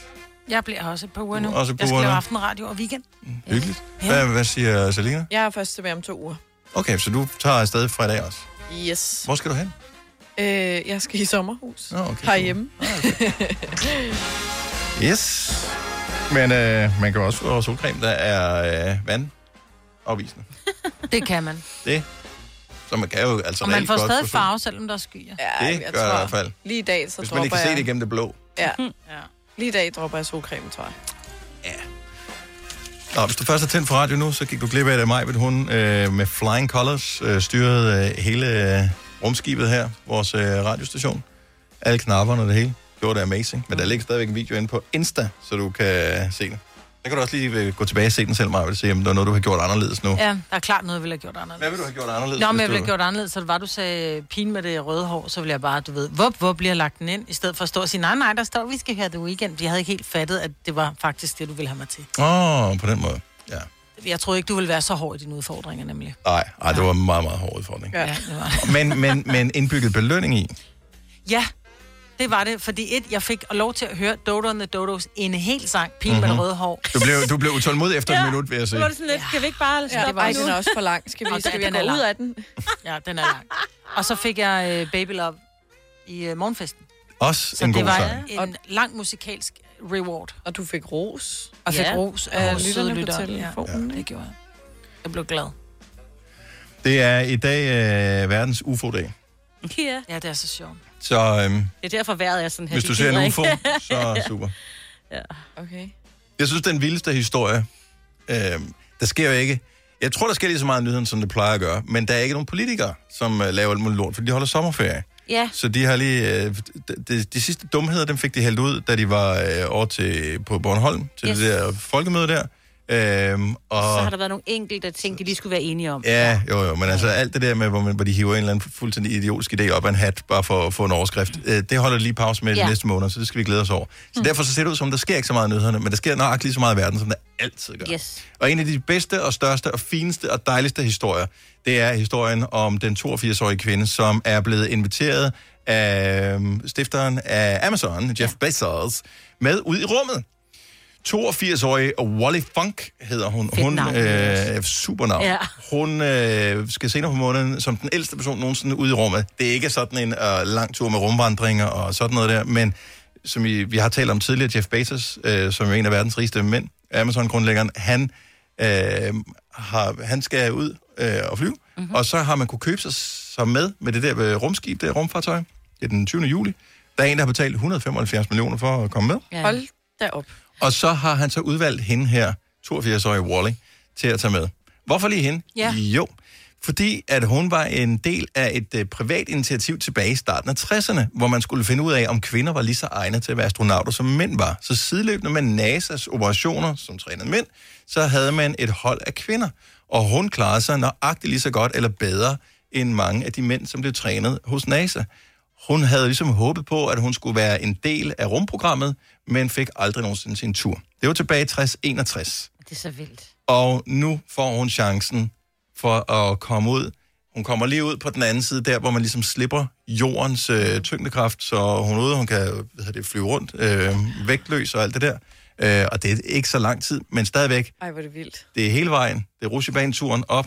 Jeg bliver her også et par uger nu. Også et par jeg skal uger lave nu. aftenradio og weekend. Hyggeligt. Hvad, hvad siger Selina? Jeg er først tilbage om to uger. Okay, så du tager afsted fra i dag også. Yes. Hvor skal du hen? Øh, jeg skal i sommerhus. Nå, okay. Herhjemme. Yes. Men øh, man kan også få solcreme, der er øh, vand opvisende. Det kan man. Det. Så man kan jo altså og man reelt får godt stadig få sol- farve, selvom der er skyer. *laughs* Ja, Det gør jeg i hvert fald. Lige i dag, så Hvis man dropper ikke kan se jeg... det igennem det blå. Ja. ja. Lige i dag dropper jeg solcreme, tror jeg. Nå, hvis du først har tændt for radio nu, så gik du glip af det. Maj, ved hun øh, med Flying Colors øh, styrede øh, hele øh, rumskibet her, vores øh, radiostation. Alle knapperne og det hele. Gjorde det amazing. Men der ligger stadigvæk en video inde på Insta, så du kan øh, se den. Der kan du også lige øh, gå tilbage og se den selv, Maj, og se, om der er noget, du har gjort anderledes nu. Ja, der er klart noget, jeg ville have gjort anderledes. Hvad ville du have gjort anderledes? Nå, hvis men jeg ville du- have gjort anderledes, så det var, du sagde pin med det røde hår, så ville jeg bare, du ved, vup, vup, bliver lagt den ind, i stedet for at stå og sige, nej, nej, der står, vi skal høre det weekend. Jeg havde ikke helt fattet, at det var faktisk det, du ville have mig til. Åh, oh, på den måde. Jeg troede ikke, du ville være så hård i dine udfordringer, nemlig. Nej, ej, det var en meget, meget hård udfordring. Ja, det var. Men, men, men indbygget belønning i. Ja, det var det, fordi et, jeg fik lov til at høre Dodo and the Dodos i en hel sang, pin med Mhm. det røde hår. Du blev, du blev utålmodig efter ja. et minut, vil jeg sige. Nu var det sådan lidt, skal vi ikke bare stoppe Ja, det var nu? den er også for lang. Skal vi, Og skal vi den gå er ud lang. af den? Ja, den er lang. Og så fik jeg øh, Baby Love i øh, morgenfesten. Også Så en det god var sang. en lang musikalsk reward. Og du fik ros. Og fik Ja. ros Af af vores lytterne søde på lytter. telefonen, Ja, det gjorde jeg. Jeg blev glad. Det er i dag øh, verdens UFO-dag. Ja. ja, det er så sjovt. Så øhm, Det er derfor vejret er sådan her. Hvis Det du ser gider en ikke. UFO, *laughs* så super. Okay. Jeg synes, den vildeste historie, øh, der sker jo ikke... Jeg tror, der sker lige så meget i nyheden, som det plejer at gøre, men der er ikke nogen politikere, som øh, laver alt muligt lort, fordi de holder sommerferie. Ja. Så de har lige... Øh, de, de, de sidste dumheder, dem fik de hældt ud, da de var øh, over til, på Bornholm, til yes. Yes. det der folkemøde der. Øhm, og, Så har der været nogle enkelte ting, de lige skulle være enige om. Ja, jo, jo, men altså alt det der med, hvor, man, hvor de hiver en eller anden fuldstændig idiotisk idé op af en hat, bare for at få en overskrift, øh, det holder lige pause med Ja. ja. næste måned, så det skal vi glæde os over. Så derfor så ser det ud som, der sker ikke så meget i nyhederne, men der sker nok lige så meget i verden, som der altid gør. Yes. Og en af de bedste og største og fineste og dejligste historier, det er historien om den 82-årige kvinde, som er blevet inviteret af øhm, stifteren af Amazon, Jeff Bezos, med ud i rummet. 82-årige Wally Funk hedder hun. hun navn, øh, supernavn. Ja. Ja. Hun øh, skal senere på måneden som den ældste person nogensinde ud i rummet. Det er ikke sådan en øh, lang tur med rumvandringer og sådan noget der, men som vi, vi har talt om tidligere, Jeff Bezos, øh, som er en af verdens rigeste mænd, Amazon-grundlæggeren, han, øh, har, han skal ud øh, og flyve, mm-hmm. og så har man kunne købe sig, sig med med det der øh, rumskib, det rumfartøj, det er den 20. juli. Der er en, der har betalt 175 millioner for at komme med. Ja. Hold da op. Og så har han så udvalgt hende her, 82-årige Wally, til at tage med. Hvorfor lige hende? Ja. Jo, fordi at hun var en del af et øh, privat initiativ tilbage i starten af 60'erne, hvor man skulle finde ud af, om kvinder var lige så egnet til at være astronauter, som mænd var. Så sideløbende med NASA's operationer, som trænede mænd, så havde man et hold af kvinder. Og hun klarede sig nøjagtigt lige så godt eller bedre end mange af de mænd, som blev trænet hos NASA. Hun havde ligesom håbet på, at hun skulle være en del af rumprogrammet, men fik aldrig nogensinde sin tur. Det var tilbage i 60-61. Det er så vildt. Og nu får hun chancen for at komme ud. Hun kommer lige ud på den anden side, der hvor man ligesom slipper jordens øh, tyngdekraft, så hun er ude, hun kan hvad hedder det, flyve rundt, øh, vægtløs og alt det der. Øh, og det er ikke så lang tid, men stadigvæk, Ej, hvor er det vildt. det er hele vejen. Det er rusjebaneturen op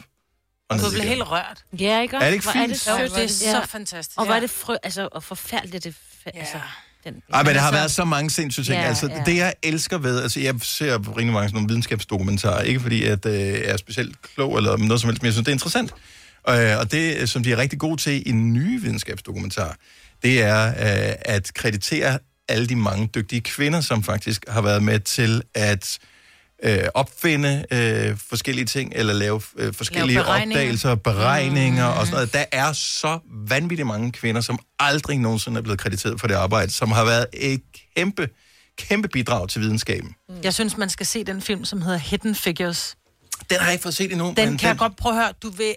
og ned Du blev igen. helt rørt. Ja, ikke? Er det ikke Hvor fint? det, Jo, sødt? det er Ja. så fantastisk. Og hvor er Ja. det frø... Altså, og forfærdeligt det... fa- Altså, den... Ej, men der har været så mange sindssyge ting. Ja, Ja, altså, ja. ja. Det, jeg elsker ved... Altså, jeg ser rigtig mange sådan nogle videnskabsdokumentarer. Ikke fordi, at øh, jeg er specielt klog eller noget som helst, men jeg synes, det er interessant. Øh, og det, som de er rigtig gode til i nye videnskabsdokumentarer, det er øh, at kreditere alle de mange dygtige kvinder, som faktisk har været med til at øh, opfinde øh, forskellige ting, eller lave øh, forskellige Lave lave beregninger. opdagelser, beregninger mm. og sådan noget. Der er så vanvittigt mange kvinder, som aldrig nogensinde er blevet krediteret for det arbejde, som har været et kæmpe, kæmpe bidrag til videnskaben. Mm. Jeg synes, man skal se den film, som hedder Hidden Figures. Den har jeg ikke fået set endnu. Den kan men jeg godt prøve at høre. Du vil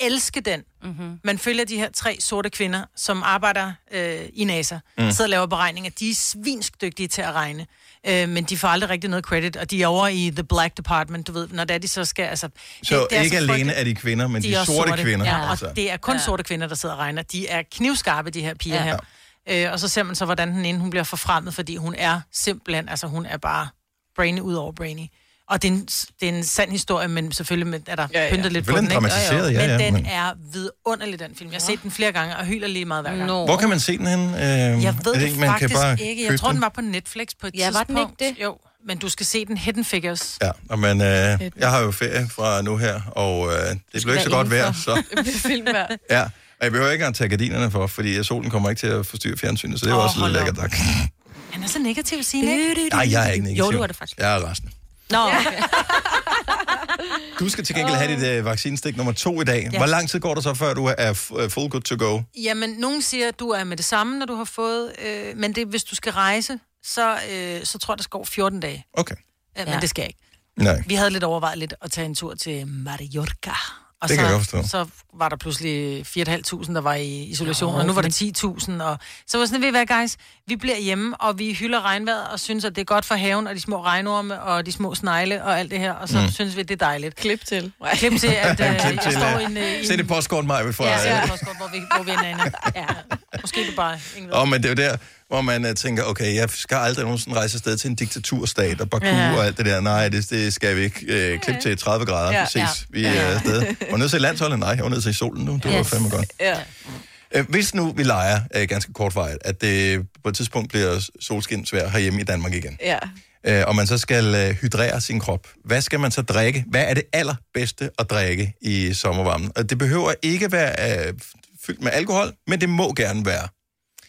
elske den. Mm-hmm. Man følger de her tre sorte kvinder, som arbejder øh, i NASA, Mm. mm. sidder og laver beregninger. De er svinsk dygtige til at regne, øh, men de får aldrig rigtig noget credit, og de er over i The Black Department, du ved, når det er, de så skal... Altså, Så er ikke frygteligt. alene er de kvinder, men de, er også sorte, sorte kvinder. altså. Ja, og det er kun ja. sorte kvinder, der sidder og regner. De er knivskarpe, de her piger ja. her. Øh, og så ser man så, hvordan den ene hun bliver forfremmet, fordi hun er simpelthen, altså hun er bare brainy ud over brainy. Og det er, en, det er en sand historie, men selvfølgelig med, er der ja, ja. pyntet lidt på den, Selvfølgelig ikke? dramatiseret, ja, ja, Men den men- er vidunderlig, den film. Jeg har set den flere gange og hyler lige meget hver gang. Hvor kan man se den henne? Øh, Jeg ved det ikke, ikke, faktisk ikke. Jeg tror, den var på Netflix på et Ja, var den tidspunkt. den ikke det? Jo, men du skal se den Hidden Figures. Ja, og men, øh, jeg har jo ferie fra nu her, og øh, det blev ikke så godt vejr, så... *laughs* film værd. Ja, og jeg behøver ikke at tage gardinerne for, fordi solen kommer ikke til at forstyrre fjernsynet, så det er oh, Åh, også hold lidt op. lækkert. Tak. Han er så negativ, Signe, ikke? Nej, jeg er ikke negativ. Jo, du er det faktisk. Jeg er resten. Nå, okay. Du skal til gengæld have dit øh, vaccinstik nummer to i dag. Ja. Hvor lang tid går der så, før du er f- øh, full good to go? Jamen, nogen siger, at du er med det samme, når du har fået, øh, men det, hvis du skal rejse, så, øh, så tror jeg, der skal gå 14 dage. Okay. Ja, men Ja. det skal jeg ikke. Nej. Vi havde lidt overvejet lidt at tage en tur til Mallorca. Og Det så, kan jeg godt forstå. så var der pludselig 4.500, der var i isolation, Nå, og nu var men- det 10.000. Og... Så var jeg sådan, ved I hvad, guys? Vi bliver hjemme, og vi hylder regnvejret, og synes, at det er godt for haven, og de små regnorme, og de små snegle, og alt det her. Og så Mm. mm. synes vi, det er dejligt. Klip til. Klip til, *laughs* at øh, Klip jeg til, står øh, i en... Øh, i Se en- det postkort, mig, fra... Ja, Ja, se det postkort, hvor vi, hvor vi er en anden. Ja. Måske det bare... Ingen ved. Og men det er jo der, hvor man øh, tænker, okay, jeg skal aldrig nogensinde rejse afsted til en diktaturstat og Baku Ja. ja. og alt det der. Nej, det, det skal vi ikke. Øh, klip til 30 grader, Ja. ja. ses. Ja. Vi er Ja. afsted. Var nede til landsholdet? Nej, jeg var nede til solen nu. Det var Yes. fandme godt. Ja. Øh, Hvis nu vi leger øh, ganske kortvarigt, at det på et tidspunkt bliver solskinsvær herhjemme i Danmark igen, Ja. øh, og man så skal øh, hydrere sin krop, hvad skal man så drikke? Hvad er det allerbedste at drikke i sommervarmen? Og det behøver ikke være øh, fyldt med alkohol, men det må gerne være.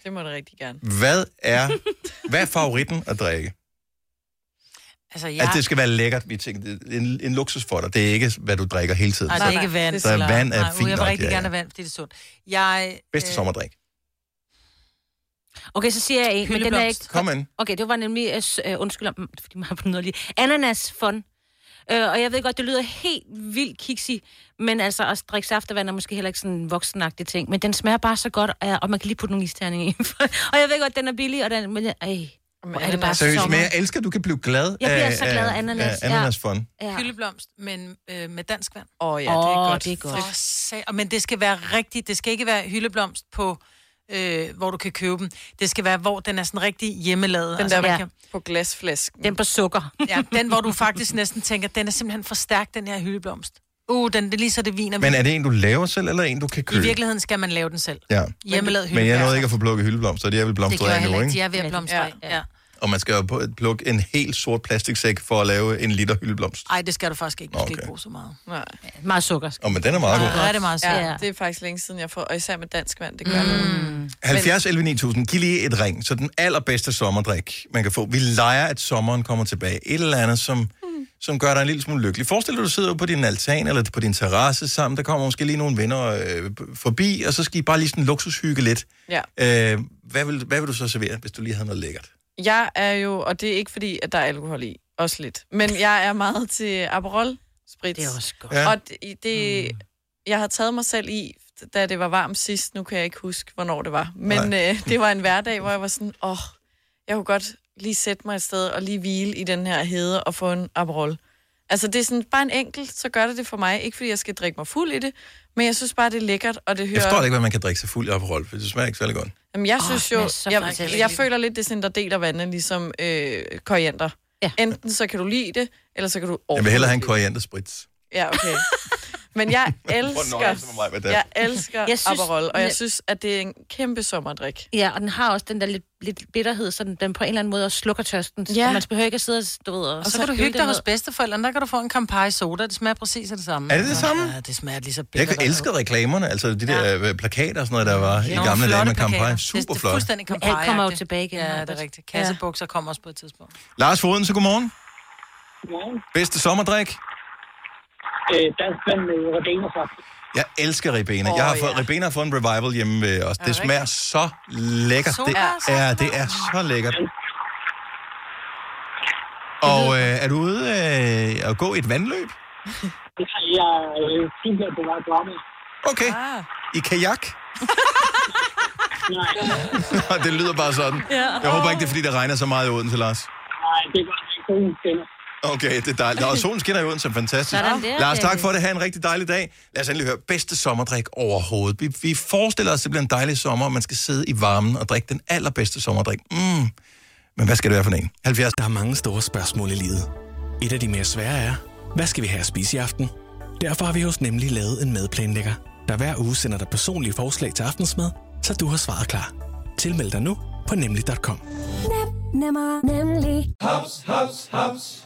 Det må du rigtig gerne. Hvad *laughs* er, hvad er favoritten at drikke? Altså, Ja. Altså, det skal være lækkert. Vi tænker, det er en, en luksus for dig. Det er ikke, hvad du drikker hele tiden. Nej, det er ikke vand. Så er vand er Nej, uh, fint Jeg vil nok, rigtig ja, ja. gerne have vand, fordi det er sundt. Jeg, Bedste sommerdrik. Okay, så siger jeg en, men den er Hyldeblomst. ikke... Kom ind. Okay, det var nemlig... øh, s- Øh, undskyld om, fordi man har på noget lige. Ananas fun. Øh, og jeg ved godt, det lyder helt vildt kiksi, men altså at drikke saftevand er måske heller ikke sådan en voksenagtig ting, men den smager bare så godt, og, og man kan lige putte nogle isterninger i. *laughs* og jeg ved godt, den er billig, og den... Men, øh, hvor er det bare Seriøst, sommer. men jeg elsker, at du kan blive glad Jeg bliver af, så glad af ananas, Af, ananas fun. Ja. Hyldeblomst, men øh, med dansk vand. Åh oh, ja, det er Åh, godt. det er godt. For sag- og- Men det skal være rigtigt. Det skal ikke være hyldeblomst på, øh, hvor du kan købe den. Det skal være, hvor den er sådan rigtig hjemmelavet. Altså, Den der man ja. kan, på glasflæsken. Den på sukker. ja, den, hvor du faktisk næsten tænker, den er simpelthen for stærk, den her hyldeblomst. Uh, den, det er lige så det viner. Men er det en, du laver selv, eller en, du kan købe? I virkeligheden skal man lave den selv. Ja. Hjemmelavet Men jeg nåede hyldeblomst. ikke at få plukket hyldeblomster, de er vel Det gjorde blomstret jeg af heller nu, ikke. De ikke? er ved at blomstre af. Ja. Og man skal jo på- plukke en helt sort plastiksæk for at lave en liter hyldeblomst. Ej, det skal du faktisk ikke. Du skal Okay. ikke bruge så meget. Nej. Meget sukker. Og men den er meget god. Ja, det er meget Ja, sødt. det er faktisk længe siden, jeg får, og især med dansk vand, det gør mm. 70 11 9000, giv lige et ring. Så den allerbedste sommerdrik, man kan få. Vi leger, at sommeren kommer tilbage. Et eller andet, som, mm. som gør dig en lille smule lykkelig. Forestil dig, du sidder på din altan eller på din terrasse sammen. Der kommer måske lige nogle venner øh, forbi, og så skal I bare lige sådan luksushygge lidt. Ja. Øh, hvad, vil, hvad vil du så servere, hvis du lige havde noget lækkert? Jeg er jo, og det er ikke fordi, at der er alkohol i, også lidt, men jeg er meget til Aperol Spritz. Det er også godt. Ja. Mm. Og det, det jeg har taget mig selv i, da det var varmt sidst, nu kan jeg ikke huske, hvornår det var, men Nej. øh, det var en hverdag, hvor jeg var sådan, åh, oh, jeg kunne godt lige sætte mig et sted og lige hvile i den her hede og få en Aperol. Altså, det er sådan bare en enkelt, så gør det det for mig. Ikke fordi jeg skal drikke mig fuld i det, men jeg synes bare, det er lækkert, og det hører... Jeg forstår ikke, hvad man kan drikke sig fuld af Aperol, for det smager ikke særlig godt. Jamen, jeg Åh, synes den jo, er så jeg, faktisk jeg, rigtig. føler lidt, det er sådan, der deler vandene, ligesom øh, koriander. Ja. Enten så kan du lide det, eller så kan du Jeg vil hellere have en overhovedet koriandersprits. ikke. Ja, okay. Men *laughs* jeg Prøv at nøjes med mig med elsker, det. jeg elsker Jeg jeg synes- synes, Aperol, og jeg synes, at det er en kæmpe sommerdrik. Ja, og den har også den der lidt, lidt bitterhed, så den, den på en eller anden måde også slukker tørsten. Ja. Ja. Man behøver ikke at sidde og, du ved, Og så, kan du hygge dig hos bedsteforældrene, der kan du få en Campari soda, det smager præcis af det samme. Er det det samme? Ja, det smager lige så Jeg bittert. elskede reklamerne, altså de der ja. plakater og sådan noget, der var i Nogle gamle dage med flotte Campari. plakater. Super Det er flot. fuldstændig Men Campari. alt kommer jo tilbage igen, Ja, det Marcus. er rigtigt. Kassebukser kommer også på et tidspunkt. Lars Foden, så godmorgen. Godmorgen. Bedste sommerdrik? Øh, dansk vand med Rebena faktisk. Jeg elsker ribena. Oh, Åh, jeg har fået, ja. ja. ribena har fået en revival hjemme ved os. Det rigtigt? smager så lækkert. Det Solbær, er, det er så lækkert. Og øh, er du ude øh, at gå i et vandløb? eh, Jeg er øh, simpelthen på vej på arbejde. Okay. Ah. I *laughs* kajak? *laughs* Nej, Og det lyder bare sådan. Ja. Jeg håber ikke, det er, fordi det regner så meget i Odense, Lars. nej, det er godt, det er konen skinner. Okay, det er dejligt. Og solen skinner i Odense, fantastisk. Sådan der, Lars, tak David. for det. Ha' en rigtig dejlig dag. Lad os endelig høre bedste sommerdrik overhovedet. Vi, vi forestiller os, det bliver en dejlig sommer, og man skal sidde i varmen og drikke den allerbedste sommerdrik. Mm. Men hvad skal det være for en? 70. Der er mange store spørgsmål i livet. Et af de mere svære er, hvad skal vi have at spise i aften? Derfor har vi hos Nemlig lavet en madplanlægger, der hver uge sender dig personlige forslag til aftensmad, så du har svaret klar. Tilmeld dig nu på nemlig.com. Nem, nemmer, nemlig. Haps, haps, haps.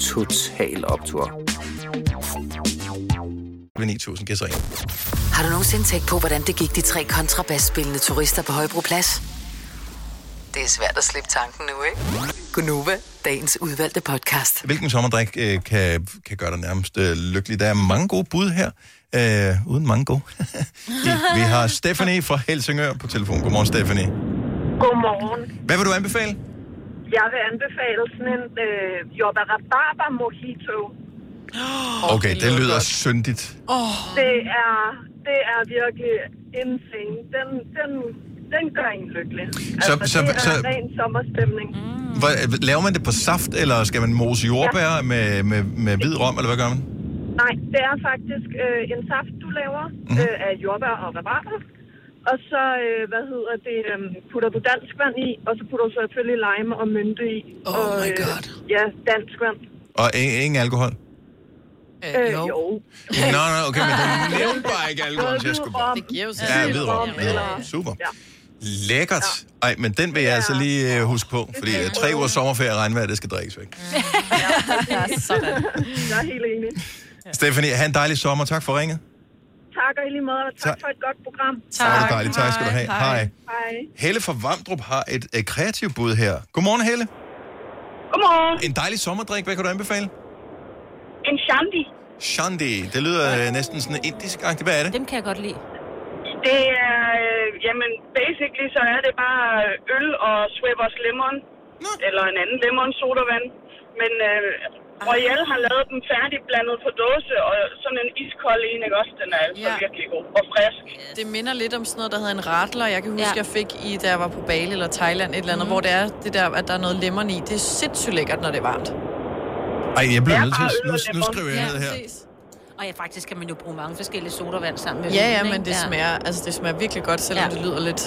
Total Optor. 9000 gæsser ind. Har du nogensinde tænkt på, hvordan det gik de tre kontrabasspillende turister på Højbroplads? Det er svært at slippe tanken nu, ikke? Gunova, dagens udvalgte podcast. Hvilken sommerdrik øh, kan, kan gøre dig nærmest øh, lykkelig? Der er mange gode bud her. Øh, uden mange gode. *laughs* vi har Stephanie fra Helsingør på telefon. Godmorgen, Stephanie. Godmorgen. Hvad vil du anbefale? Jeg vil anbefale sådan en øh, jobba rabarba mojito. Okay, det lyder syndigt. Oh. Det, er, det er virkelig insane. Den, den, den gør en lykkelig. Altså, Så- så- det er så- ren sommerstemning. Hvor, laver man det på saft, eller skal man mose jordbær ja. med, med, med hvid rom, eller hvad gør man? Nej, det er faktisk øh, en saft, du laver Mhm. mm. øh, af jordbær og rabarber. Og så, øh, hvad hedder det, øh, putter du dansk vand i, og så putter du selvfølgelig lime og mynte i. Oh og, my God. Øh, ja, dansk vand. Og i- ingen alkohol? Øh, jo. jo. Nå, nå, okay, men du nævnte bare ikke alkohol, så jeg skulle bare... Det giver jo Ja, hvid rom. Ja, super. Lækkert. Ej, men den vil jeg altså lige øh, huske på, fordi øh, tre uger sommerferie og regnvejr, det skal drikkes væk. *laughs* *laughs* Ja, sådan. Jeg er helt enig. Stephanie, have en dejlig sommer. Tak for ringet. Tak og i lige måde, og tak, Tak. for et godt program. Tak. Det var dejligt. Tak skal du have. Hej. Hej. Hej. Helle fra Vamdrup har et, et kreativt bud her. Godmorgen, Helle. Godmorgen. En dejlig sommerdrik. Hvad kan du anbefale? En shandy. Shandi. Det lyder øh, næsten sådan indisk-agtigt. Hvad er det? Dem kan jeg godt lide. Det er, øh, jamen, basically så er det bare øl og Sweppers lemon. Eller en anden lemon sodavand. Men øh, Royal har lavet dem færdig blandet på dåse, og sådan en iskold en, ikke også? Den er altså Ja. virkelig god og frisk. Det minder lidt om sådan noget, der hedder en radler. Jeg kan huske, ja. jeg fik i, da jeg var på Bali eller Thailand, et eller andet, mm. hvor det er det der, at der er noget lemon i. Det er sindssygt lækkert, når det er varmt. Ej, jeg bliver Ja, nødt bare til... øl og Nu, nu lemon. skriver jeg Ja, ned her. Og ja, faktisk kan man jo bruge mange forskellige sodavand sammen med Ja, vinen, ja, Øh, ikke? men det smager, altså, det smager virkelig godt, selvom ja. det lyder lidt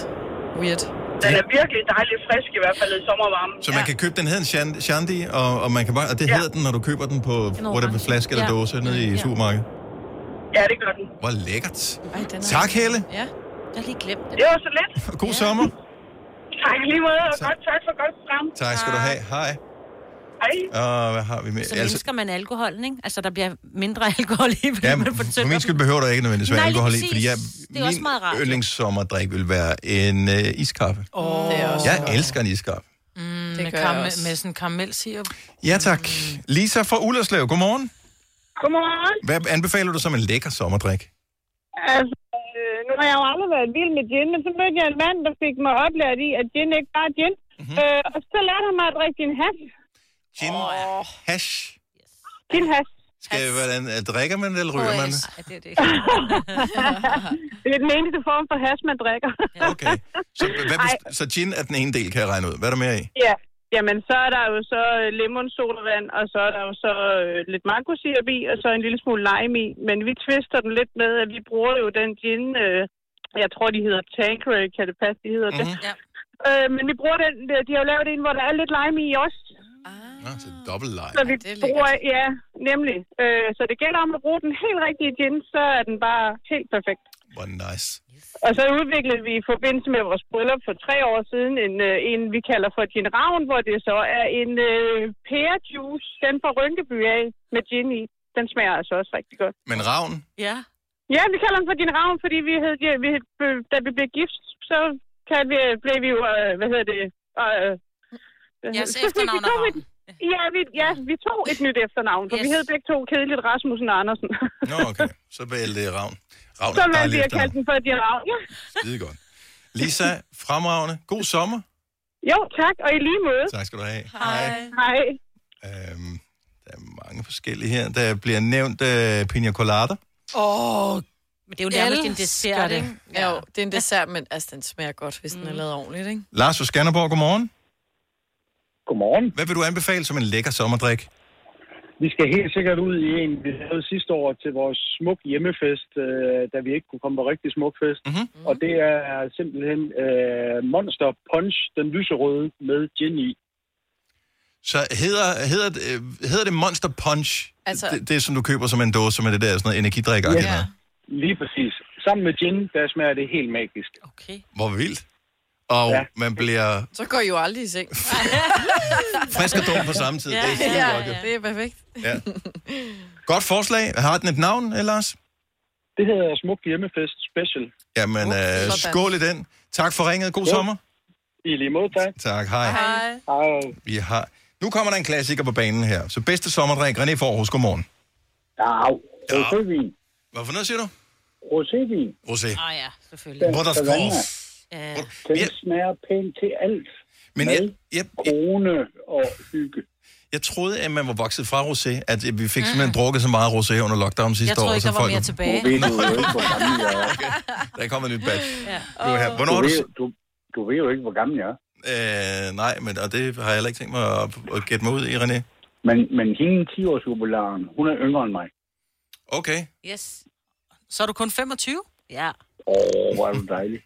weird. Den er virkelig dejlig frisk, i hvert fald i sommervarmen. Så man kan købe den, hedder en shan- Shandy, og, og, man kan bare, og det hedder den, når du køber den på Den whatever, orange. flaske eller Ja. dåse nede i Ja. supermarkedet. Ja, det gør den. Hvor lækkert. Ej, den Tak, Helle. Ja. Jeg har lige glemt det. Det var så lidt. God sommer. Tak i lige måde, og godt tak for godt program. Tak skal du have. Hej. Hej. Og hvad har vi med? Så altså, mindsker man alkoholen, ikke? Altså, der bliver mindre *laughs* alkohol i, fordi ja, ja, man får for tømmer. min skyld behøver du ikke nødvendigvis være Nej, lige alkohol i, præcis. fordi jeg, Det er også meget rart, jo. min yndlingssommerdrik vil være en øh, iskaffe. Åh. Det er også jeg godt. elsker en iskaffe. Mm, Det med, gør jeg karamel, også. med sådan karamelsirop. Ja, tak. Lisa fra Ullerslev, godmorgen. Godmorgen. Hvad anbefaler du som en lækker sommerdrik? Altså, øh, nu har jeg jo aldrig været vild med gin, men så mødte jeg en mand, der fik mig oplært i, at gin ikke bare er gin. Mm-hmm. Øh, og så lærte han mig at drikke gin hash. Mhm. Gin, hash. Gin hash. Skal, hvordan, øh, drikker man det, eller ryger man det? det er det. *laughs* det er den eneste form for hash, man drikker. Okay. Så, hvad, best- så gin er den ene del, kan jeg regne ud. Hvad er der mere i? ja. Jamen, så er der jo så øh, lemonsodavand, og så er der jo så øh, lidt mangosirap i, og så en lille smule lime i. Men vi twister den lidt med, at vi bruger jo den gin, øh, jeg tror, de hedder Tanqueray, kan det passe, de hedder Mhm. mm-hmm. det? Ja. Øh, men vi bruger den, øh, de har jo lavet en, hvor der er lidt lime i også. Nå, Ah, så dobbelt lej. Så vi bruger, ja, nemlig. Øh, så det gælder om at bruge den helt rigtige gin, så er den bare helt perfekt. Hvor nice. Og så udviklede vi i forbindelse med vores bryllup for tre år siden en, øh, en vi kalder for gin ravn, hvor det så er en øh, pærejuice, den fra Rynkeby af med gin i. Den smager altså også rigtig godt. Men ravn? Ja. Ja, vi kalder den for din ravn, fordi vi hed, ja, vi, hed- øh, da vi blev gift, så kan vi, blev vi jo, øh, hvad hedder det, øh, hvad Jeres hedder- så fik *laughs* vi efternavn er to et- Ja vi, ja, vi tog et nyt efternavn, for yes. vi hed begge to kedeligt Rasmussen og Andersen. Nå, okay. Så valgte det Ravn. Ravn *laughs* så er et man dejligt bliver kaldt efternavn. den for din ravn. Ja. Skide godt. Lisa, fremragende. God sommer. Jo, tak, og i lige måde. Tak skal du have. Hej. Hej. Mange forskellige her. Der bliver nævnt øh, pina colada. Åh, oh, men det er jo nærmest en dessert, ikke? Ja. Jo, det er en dessert, men altså, den smager godt, hvis mm. den er lavet ordentligt, ikke? Lars fra Skanderborg, godmorgen. Godmorgen. Hvad vil du anbefale som en lækker sommerdrik? Vi skal helt sikkert ud i en, vi lavede sidste år til vores smuk hjemmefest, øh, da vi ikke kunne komme på rigtig smuk fest. Mhm. Mhm. Mm-hmm. Og det er simpelthen øh, Monster Punch, den lyserøde med gin i. Så hedder, hedder, det, øh, hedder det Monster Punch? Altså- Det, det, som du køber som en dåse med det der sådan noget energidrik. Ja. Noget. Lige præcis. Sammen med gin, der smager det helt magisk. Okay. Hvor vildt. Og ja. man bliver Så går I jo aldrig i *laughs* seng. frisk og dum på samme tid. ja, Det er skide ja, godt, jo. ja, det er perfekt. Ja. Godt forslag. Har den et navn, eh, Lars? Det hedder Smuk Hjemmefest Special. Jamen, øh, sådan. skål i den. Tak for ringet. God Jo. sommer. I lige måde, tak. Tak, hej. Hej. Vi har... Nu kommer der en klassiker på banen her. Så bedste sommerdrik, René for Aarhus. Godmorgen. Dag. Rosévin. Hvad for noget siger du? Rosévin. Rosé. Ah ja, selvfølgelig. Hvor der står... Ja. Den smager pænt til alt. Men jeg, jeg, Krone og hygge. Jeg troede, at man var vokset fra rosé, at vi fik simpelthen drukket så meget rosé under lockdown sidste Mm. Jeg troede år. ikke, så der var folk- mere tilbage. Du ved jo ikke, hvor gammel jeg er. *laughs* Der er kommet et nyt batch. Ja. Nu her. Hvornår du, har du... ved, du, du ved jo ikke, hvor gammel jeg er. Øh, nej, men og det har jeg heller ikke tænkt mig at, at gætte mig ud i, René. Men, men hende 10 års jubilaren, hun er yngre end mig. Okay. Yes. Så er du kun 25? Ja. Åh, oh, hvor er du *laughs* dejlig.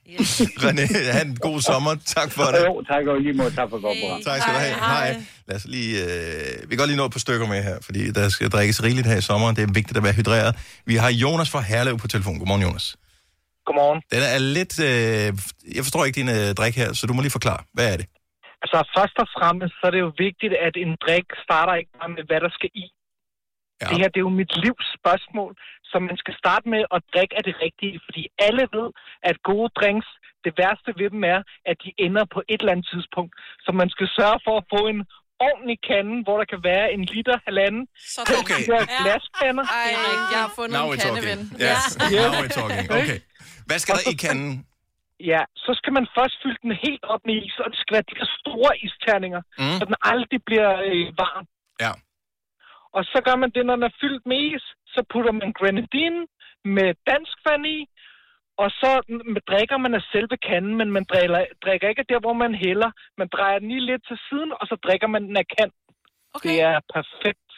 René, have en god sommer. Tak for det. Jo, tak og i lige måde. Tak for godt program. Tak skal du have. Hej. Lad os lige, øh, vi kan godt lige nå et par stykker med her, fordi der skal drikkes rigeligt her i sommeren. Det er vigtigt at være hydreret. Vi har Jonas fra Herlev på telefon. Godmorgen, Jonas. Godmorgen. Den er lidt... Øh, jeg forstår ikke din øh, drik her, så du må lige forklare. Hvad er det? Altså, først og fremmest, så er det jo vigtigt, at en drik starter ikke bare med, hvad der skal i. Ja. Det her, det er jo mit livs spørgsmål, så man skal starte med at drikke af det rigtige, fordi alle ved, at gode drinks, det værste ved dem er, at de ender på et eller andet tidspunkt. Så man skal sørge for at få en ordentlig kande, hvor der kan være en liter, halvanden. Sådan. Okay. Ja. Glaskander. Ej, Erik, jeg har fundet en kandeven. Yes. Now we're *laughs* talking. Okay. Hvad skal der i kanden? Ja, så skal man først fylde den helt op med is, og det skal være de der store isterninger, Mm. mm. så den aldrig bliver øh, varm. Ja. Og så gør man det, når den er fyldt med is, så putter man grenadine med dansk vand i, og så mm, drikker man af selve kanden, men man drikker, drikker ikke af der, hvor man hælder. Man drejer den lige lidt til siden, og så drikker man den af kanten. Okay. Det er perfekt.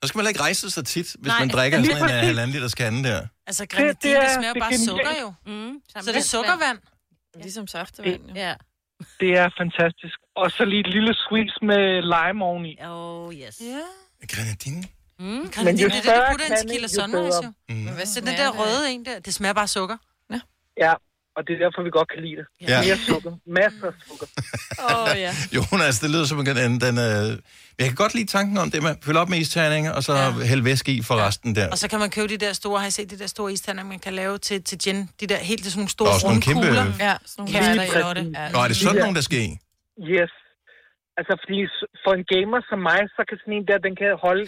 Så skal man heller ikke rejse sig tit, hvis Nej. Nej. man drikker Lige sådan en øh, præcis. halvanden liters kande der. Altså, Det- grenadine, det, det er- det smager det er bare genialt. sukker jo. Mm, så det er sukkervand. Ligesom saftevand, jo. Ja. Det er fantastisk. Og så lige et lille squeeze med lime oveni. Oh, yes. Ja. Grenadine? Mm, Men grenadine, jo det er det, større der putter en kande, tequila jo sunrise bedre. jo. Mm. Men hvad Så den der smager det røde en der, det smager bare sukker. Ja, og det er derfor, vi godt kan lide det. Ja. Mere sukker. Masser af sukker. Åh, oh, ja. Jonas, altså, det lyder som en den, den øh, men jeg kan godt lide tanken om det, man fylder op med isterninger, og så ja. hælde væske i for resten der. Og så kan man købe de der store, har I set de der store istander, man kan lave til, til gin? De der helt sådan nogle Der store er også nogle runde kæmpe- kugler. Ja, sådan nogle Lige katter i præcis. lotte. Ja. Nå, er det sådan nogen, der skal i? Yes. Altså, fordi s- for en gamer som mig, så kan sådan en der, den kan holde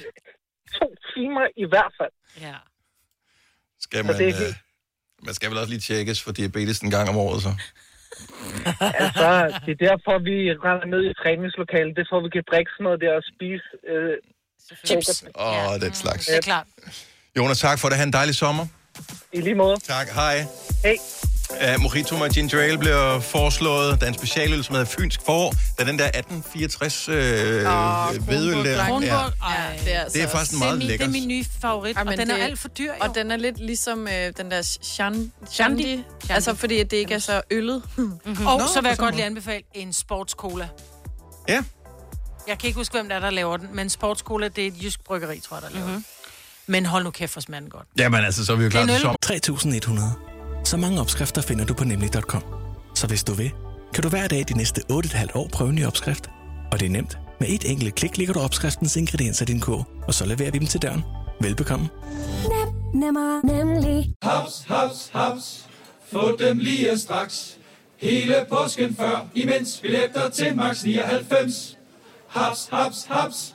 to timer i hvert fald. Ja. Skal Så man, det er øh, helt- man skal vel også lige tjekkes for diabetes en gang om året, så. Altså, det er derfor, vi render ned i træningslokalet. Det er for, vi kan drikke sådan noget der og spise øh, Chips. Og ja. den slags. Det er klart. Jonas, tak for det. Ha' en dejlig sommer. I lige måde. Tak. Hej. Hej. Uh, Mojito med ginger ale bliver foreslået. Der er en specialøl, som hedder Fynsk Forår. Der er den der 1864 øh, oh, vedøl der. Kronborg, ej. det er, Det er faktisk en altså- det er, meget min, det lækker. er min nye favorit, Ej, og men den er det- alt for dyr, jo. Og den er lidt ligesom øh, den der shan, shandy. Altså, fordi at det ikke er så *laughs* øllet. Mm-hmm. Og så vil jeg godt lige anbefale en sportscola. Ja. Jeg kan ikke huske, hvem der er, der laver den, men sportscola, det er et jysk bryggeri, tror jeg, der laver Mhm. mm-hmm. Men hold nu kæft, hvor smager den godt. Jamen altså, så er vi jo klar til sommer. 3100. Så mange opskrifter finder du på nemlig.com. Så hvis du vil, kan du hver dag de næste 8,5 år prøve en ny opskrift. Og det er nemt. Med et enkelt klik ligger du opskriftens ingredienser i din kog, og så leverer vi dem til døren. Velbekomme. Nem, Nemmer, nemlig. Haps, haps, haps. Få dem lige straks. Hele påsken før, imens billetter til max 99. Haps, haps, haps.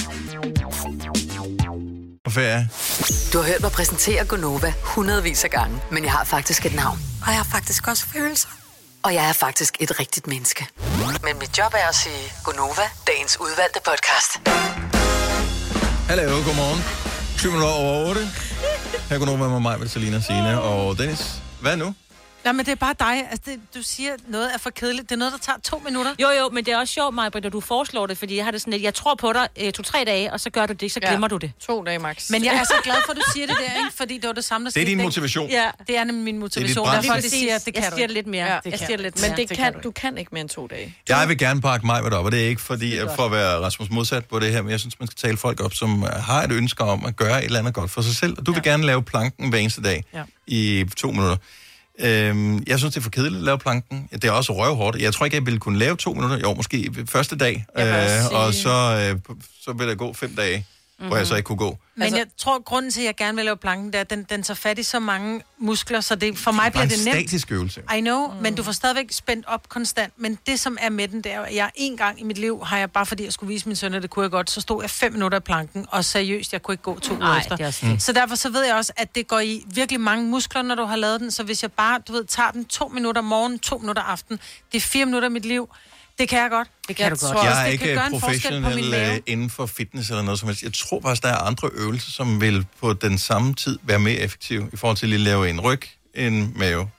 På ferie. Du har hørt mig præsentere Gonova hundredvis af gange, men jeg har faktisk et navn. Og jeg har faktisk også følelser. Og jeg er faktisk et rigtigt menneske. Men mit job er at sige Gonova, dagens udvalgte podcast. Hallo, godmorgen. 7 minutter over 8. Her går nogen med mig, med Selina, Sine og Dennis. Hvad nu? Nej, men det er bare dig. Altså, det, du siger, noget er for kedeligt. Det er noget, der tager to minutter. Jo, jo, men det er også sjovt, Maja, når du foreslår det, fordi jeg har det sådan lidt, jeg tror på dig øh, to-tre dage, og så gør du det, så Ja. glemmer du det. To dage max. Men jeg er så glad *laughs* for, at du siger det der, ikke? fordi det var det samme, der Det er skete, din ikke? motivation. Ja, det er nemlig min motivation. Det er derfor, det siger, det kan jeg du siger ikke. det lidt mere. Ja, jeg siger det lidt Men mere. det, Det kan, kan du kan ikke mere end to dage. Jeg vil gerne pakke mig med op, og det er ikke fordi, er godt. for at være Rasmus modsat på det her, men jeg synes, man skal tale folk op, som har et ønske om at gøre et eller andet godt for sig selv. Og du ja. vil gerne lave planken hver eneste dag Ja. i to minutter. Øhm, jeg synes, det er for kedeligt at lave planken. Det er også røvhårdt. Jeg tror ikke, jeg ville kunne lave to minutter. Jo, måske første dag, øh, vil også og sige- Mhm. så, øh, så vil der gå fem dage, mm-hmm. hvor jeg så ikke kunne gå. Men altså, jeg tror, grunden til, at jeg gerne vil lave planken, det er, at den, den tager fat i så mange muskler, så det, for mig Bare bliver en det nemt. statisk øvelse. I know, mm. men du får stadigvæk spændt op konstant. Men det, som er med den, det er, jo, at jeg en gang i mit liv har jeg, bare fordi jeg skulle vise min søn, at det kunne jeg godt, så stod jeg fem minutter i planken, og seriøst, jeg kunne ikke gå to uger Nej, efter. det er også det. Mm. Så derfor så ved jeg også, at det går i virkelig mange muskler, når du har lavet den. Så hvis jeg bare, du ved, tager den to minutter morgen, to minutter aften, det er fire minutter af mit liv, det kan jeg godt. Det kan jeg du godt. Tror, Jeg er også, det kan ikke gøre en forskel på min professionel mave. øh, inden for fitness eller noget som helst. Jeg tror faktisk, der er andre øvelser, som vil på den samme tid være mere effektive i forhold til lige at lave en ryg, en mave.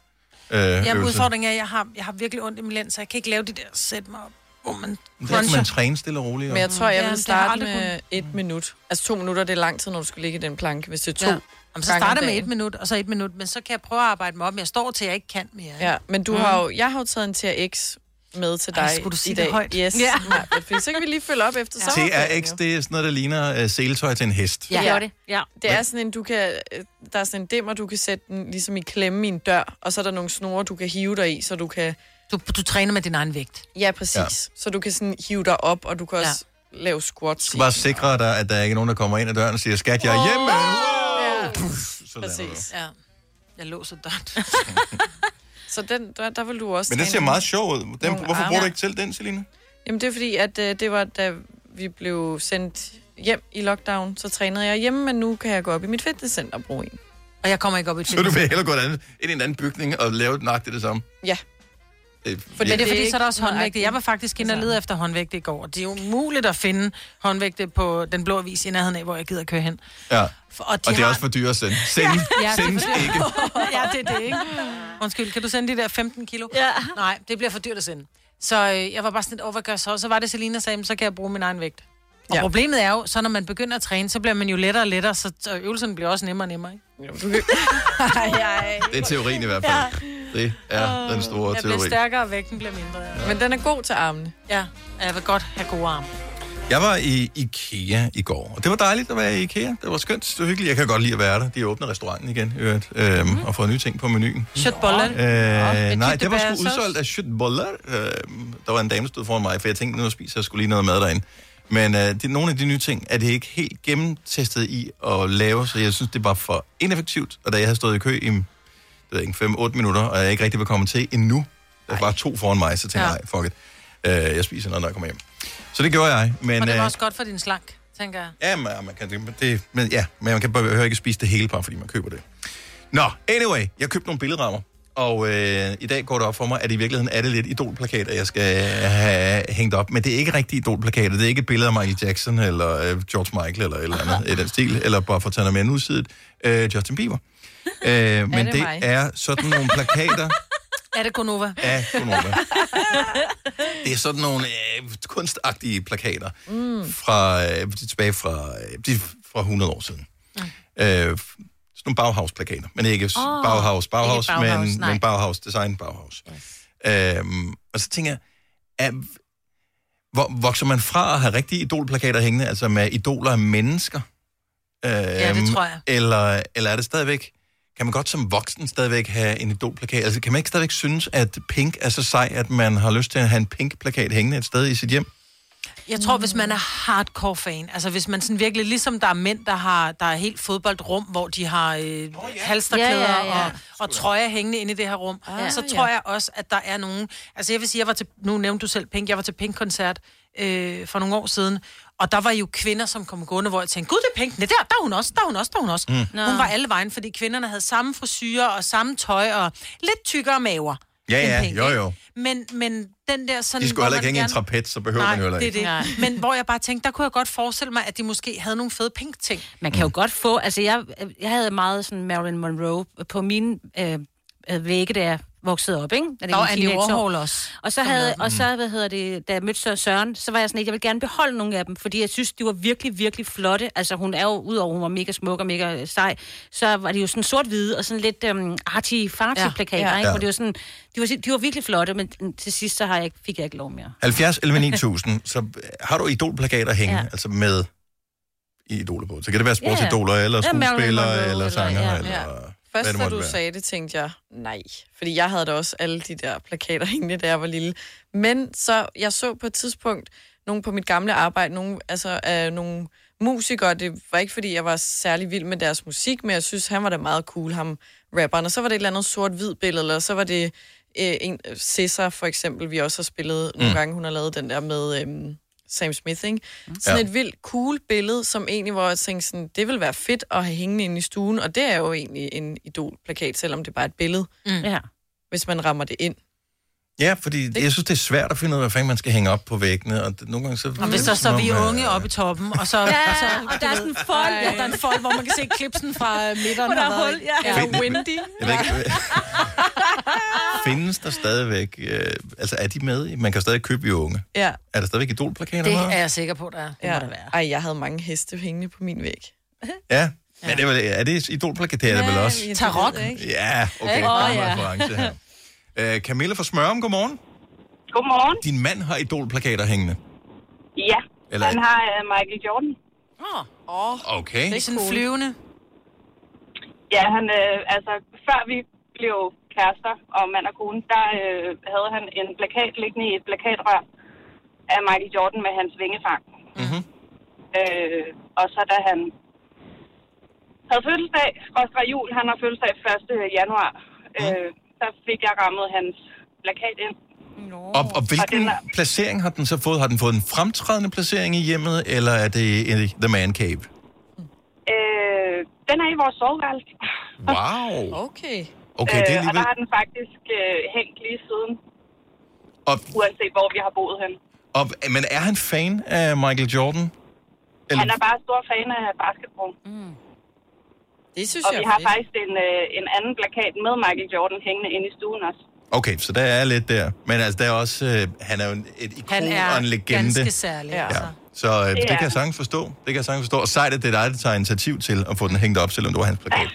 Øh, Jamen, øvelse. udfordringen er, at jeg har, jeg har virkelig ondt i min lænd, så jeg kan ikke lave det der sæt mig op, hvor man Det er, at cruncher. man træner stille og roligt. Men jeg tror, jeg Ja, vil det har jeg starte aldrig med et minut. Altså to minutter, det er lang tid, når du skal ligge i den planke, hvis det er Ja. to Jamen, så gange om starter jeg med dagen. et minut, og så et minut, men så kan jeg prøve at arbejde mig op, men jeg står til, at jeg ikke Mm. kan mere. Ja, men du har jo, jeg har jo taget en TRX med til dig Ej, skulle du sige i det dag. højt? Yes, Ja. ja. fordi så kan vi lige følge op efter ja. TRX, det er sådan noget, der ligner øh, seletøj til en hest. Ja, det var ja. det. det. Ja. Det er sådan en, du kan, øh, der er sådan en dimmer, du kan sætte den ligesom i klemme i en dør, og så er der nogle snore, du kan hive dig i, så du kan... Du, du træner med din egen vægt. Ja, præcis. Ja. Så du kan sådan hive dig op, og du kan også ja. lave squats. Du skal bare sikre dig, at der ikke er nogen, der kommer ind ad døren og siger, skat, jeg er hjemme. Ja. lander du. Præcis. Ja. Jeg låser døren. *laughs* så den, der, der vil du også Men det træne ser meget nogle- sjovt ud. Den, nogle hvorfor bruger arme. du ikke selv den, Selina? Jamen, det er fordi, at øh, det var, da vi blev sendt hjem i lockdown, så trænede jeg hjemme, men nu kan jeg gå op i mit fitnesscenter og bruge en. Og jeg kommer ikke op i et *laughs* Så du vil hellere gå et andet- ind i en anden bygning og lave nøjagtigt det samme. Ja. Øh, Fordi ja. det er fordi, så er der også Nøjagtigt. Altså. håndvægte. Jeg var faktisk inde og lede efter håndvægte i går, og det er jo umuligt at finde håndvægte på den blå avis i nærheden af, hvor jeg gider køre hen. Ja. For- Og, de og det er har... også for dyrt at sende. Sende, ja, det er sende for dyrt. *laughs* ja, det er det, ikke? Undskyld, kan du sende de der 15 kilo? Ja. Nej, det bliver for dyrt at sende. Så øh, jeg var bare sådan lidt, åh, hvad gør jeg så? Så var det, Selina sagde, "Jamen, så kan jeg bruge min egen vægt. Og ja. Ja. problemet er jo, så når man begynder at træne, så bliver man jo lettere og lettere, så så øvelsen bliver også nemmere og nemmere, ikke? Det er teorien i hvert fald. Det er den store jeg bliver teori. stærkere, og vægten bliver mindre. Ja. Men den er god til armene. Ja, og jeg vil godt have gode arme. Jeg var i IKEA i går, og det var dejligt at være i IKEA. Det var skønt, det var hyggeligt. Jeg kan godt lide at være der. De åbner restauranten igen, i øvrigt, øhm, mm-hmm. og fået nye ting på menuen. Shotboller. Øh, nej, det var tyttebærsauce. sgu udsolgt af Schøtboller. Øh, der var en dame, der stod foran mig, for jeg tænkte, nu spiser jeg skulle lige noget mad derinde. Men øh, det, nogle af de nye ting er det ikke helt gennemtestet i at lave, så jeg synes, det var for ineffektivt. Og da jeg havde stået i kø i det ved jeg ikke, 5-8 minutter, og jeg ikke rigtig var kommet til endnu, der var to foran mig, så tænkte Ja. jeg, nej, fuck it. Øh, jeg spiser noget, når jeg kommer hjem. Så det gjorde jeg. Men, Men, og det øh, var også godt for din slank, tænker jeg. Ja, man, man kan, det, men, ja, men man kan behøver ikke spise det hele bare, fordi man køber det. Nå, anyway, jeg købte nogle billedrammer, og øh, i dag går det op for mig, at i virkeligheden er det lidt idolplakater, jeg skal have hængt op. Men det er ikke rigtige idolplakater. Det er ikke et billede af Michael Jackson, eller øh, George Michael, eller et eller andet i den stil, eller bare for at tage noget mere nusidigt, øh, Justin Bieber. Øh, men det det, det mig? er sådan nogle plakater, Er det Gunova? Ja, Gunova. det er sådan nogle øh, kunstagtige plakater *laughs* Mm. fra, øh, de er tilbage fra, øh, de er fra 100 år siden. Mm. Mm. Øh, sådan nogle Bauhaus-plakater, men ikke Åh, oh, Bauhaus, Bauhaus, ikke Bauhaus, men, nej. men Bauhaus, design Bauhaus. Yes. Øhm, og så tænker jeg, er, hvor, vokser man fra at have rigtige idolplakater hængende, altså med idoler af mennesker? Øhm, ja, det tror jeg. Eller, eller er det stadigvæk, kan man godt som voksen stadigvæk have en idolplakat? Altså kan man ikke stadigvæk synes, at pink er så sej, at man har lyst til at have en pink-plakat hængende et sted i sit hjem? Jeg tror, hvis man er hardcore fan, altså hvis man sådan virkelig, ligesom der er mænd, der har der er helt fodboldrum, hvor de har øh, oh, yeah. halsterklæder Ja, ja, ja. og, og trøjer hængende inde i det her rum, Ja. ja, så Ja, tror ja. jeg også, at der er nogen... Altså jeg vil sige, jeg var til, nu nævnte du selv Pink, jeg var til Pink-koncert øh, for nogle år siden, og der var jo kvinder, som kom gående, hvor jeg tænkte, gud, det er Pink, nej, der, der er hun også, der er hun også, der er hun også. Mm. Mm. Nå. Hun var alle vejen, fordi kvinderne havde samme frisyrer og samme tøj og lidt tykkere maver. Ja, end ja, Pink, jo, ikke? jo. Men, men den der sådan... De hvor skulle heller man ikke hænge i en gerne- trapet, så behøver man jo heller det ikke. er det. Nej. Men hvor jeg bare tænkte, der kunne jeg godt forestille mig, at de måske havde nogle fede pink-ting. Man kan jo godt få, altså jeg, jeg havde meget sådan Marilyn Monroe på mine øh, øh, vægge, da jeg voksede op, ikke? Da Der det var var mine Andy teenageår. Warhol også. Og så, som havde, lavede den. og Mm. så, hvad hedder det, da jeg mødte Søren Søren, så var jeg sådan, at jeg ville gerne beholde nogle af dem, fordi jeg synes, de var virkelig, virkelig flotte. Altså hun er jo, udover hun var mega smuk og mega øh, sej, så var de jo sådan sort-hvide og sådan lidt øhm, arty farty plakater, Ja. ikke? Ja. Hvor det var sådan, de var, de var virkelig flotte, men mm, til sidst så har jeg ikke, fik jeg ikke lov mere. 70 11 9000, så har du idolplakater hænge, Ja. ja. altså med idoler på. Så kan det være Ja, ja. sportsidoler, eller Ja, Marilyn skuespillere, Monroe, eller eller- sanger, ja. eller... Ja. hvad Først det da måtte du være. sagde det, tænkte jeg, nej. Fordi jeg havde da også alle de der plakater *laughs* hængende, da jeg var lille. Men så, jeg så på et tidspunkt nogle på mit gamle arbejde, nogle, altså, øh, nogle musikere. Det var ikke, fordi jeg var særlig vild med deres musik, men jeg synes, han var da meget cool, ham rapperen. Og så var det et eller andet sort-hvid billede, eller så var det øh, en, Cesar for eksempel, vi også har spillet mm. nogle Mm. gange. Hun har lavet den der med... Øh, Sam Smith, ikke? Sådan Ja. et vildt cool billede, som egentlig, hvor jeg tænkte sådan, det ville være fedt at have hængende inde i stuen, og det er jo egentlig en idolplakat, selvom det bare er et billede, mm. ja. hvis man rammer det ind. Ja, fordi det... jeg synes, det er svært at finde ud af, hvad fanden man skal hænge op på væggene, og det, øh, nogle gange så... Og hvis der så vi er unge oppe i toppen, *laughs* og så... Ja, og, så, og du der er ved, sådan en fold. Ja, der er en fold, hvor man kan se klipsen fra øh, midteren. Hvor der er og hvad, hul, ikke? ja. Fedt. Windy. Jeg ved ikke, *laughs* findes der stadigvæk... Øh, altså, er de med? i- Man kan stadig købe i unge. Ja, Er der stadigvæk idolplakater? det her? er jeg sikker på, der er. Ja. Ej, jeg havde mange heste hængende på min væg. Ja, men det er, vel- er det idolplakater ja, vel også? Tarok. Ja, okay. Ikke? Der Åh, ja. er oh, ja. her. Øh, Camilla fra Smørum, godmorgen. Godmorgen. Din mand har idolplakater hængende. Ja, Eller- Eller... han har uh, Michael Jordan. Åh, oh, Okay. Ah. det er sådan flyvende. Ja, han, øh, altså, før vi blev kærester og mand og kone, der øh, havde han en plakat liggende i et plakatrør af Michael Jordan med hans vingefang. Mm-hmm. Øh, og så da han havde fødselsdag, skråstreg jul, han har fødselsdag 1. januar, øh, så fik jeg rammet hans plakat ind. Og, og hvilken den er- placering har den så fået? Har den fået en fremtrædende placering i hjemmet, eller er det i The Man Cave? Øh, den er i vores soveværelse. Øh, Wow. Okay. Okay, det er Og der alligevel... har den faktisk øh, hængt lige siden, Og, uanset hvor vi har boet hen. og, men er han fan af Michael Jordan? Eller- Han er bare stor fan af basketball. Mm. Det synes og jeg vi er har fedt. faktisk en, øh, en anden plakat med Michael Jordan hængende inde i stuen også. Okay, så der er lidt der. Men altså, der er også... Øh, han er jo en- et ikon Han er og en legende. ganske særlig, Ja. altså. Så øh, det Det er kan jeg sagtens forstå. Det kan jeg sagtens forstå. Og sejt, at det er dig, der tager initiativ til at få den hængt op, selvom det var hans plakat.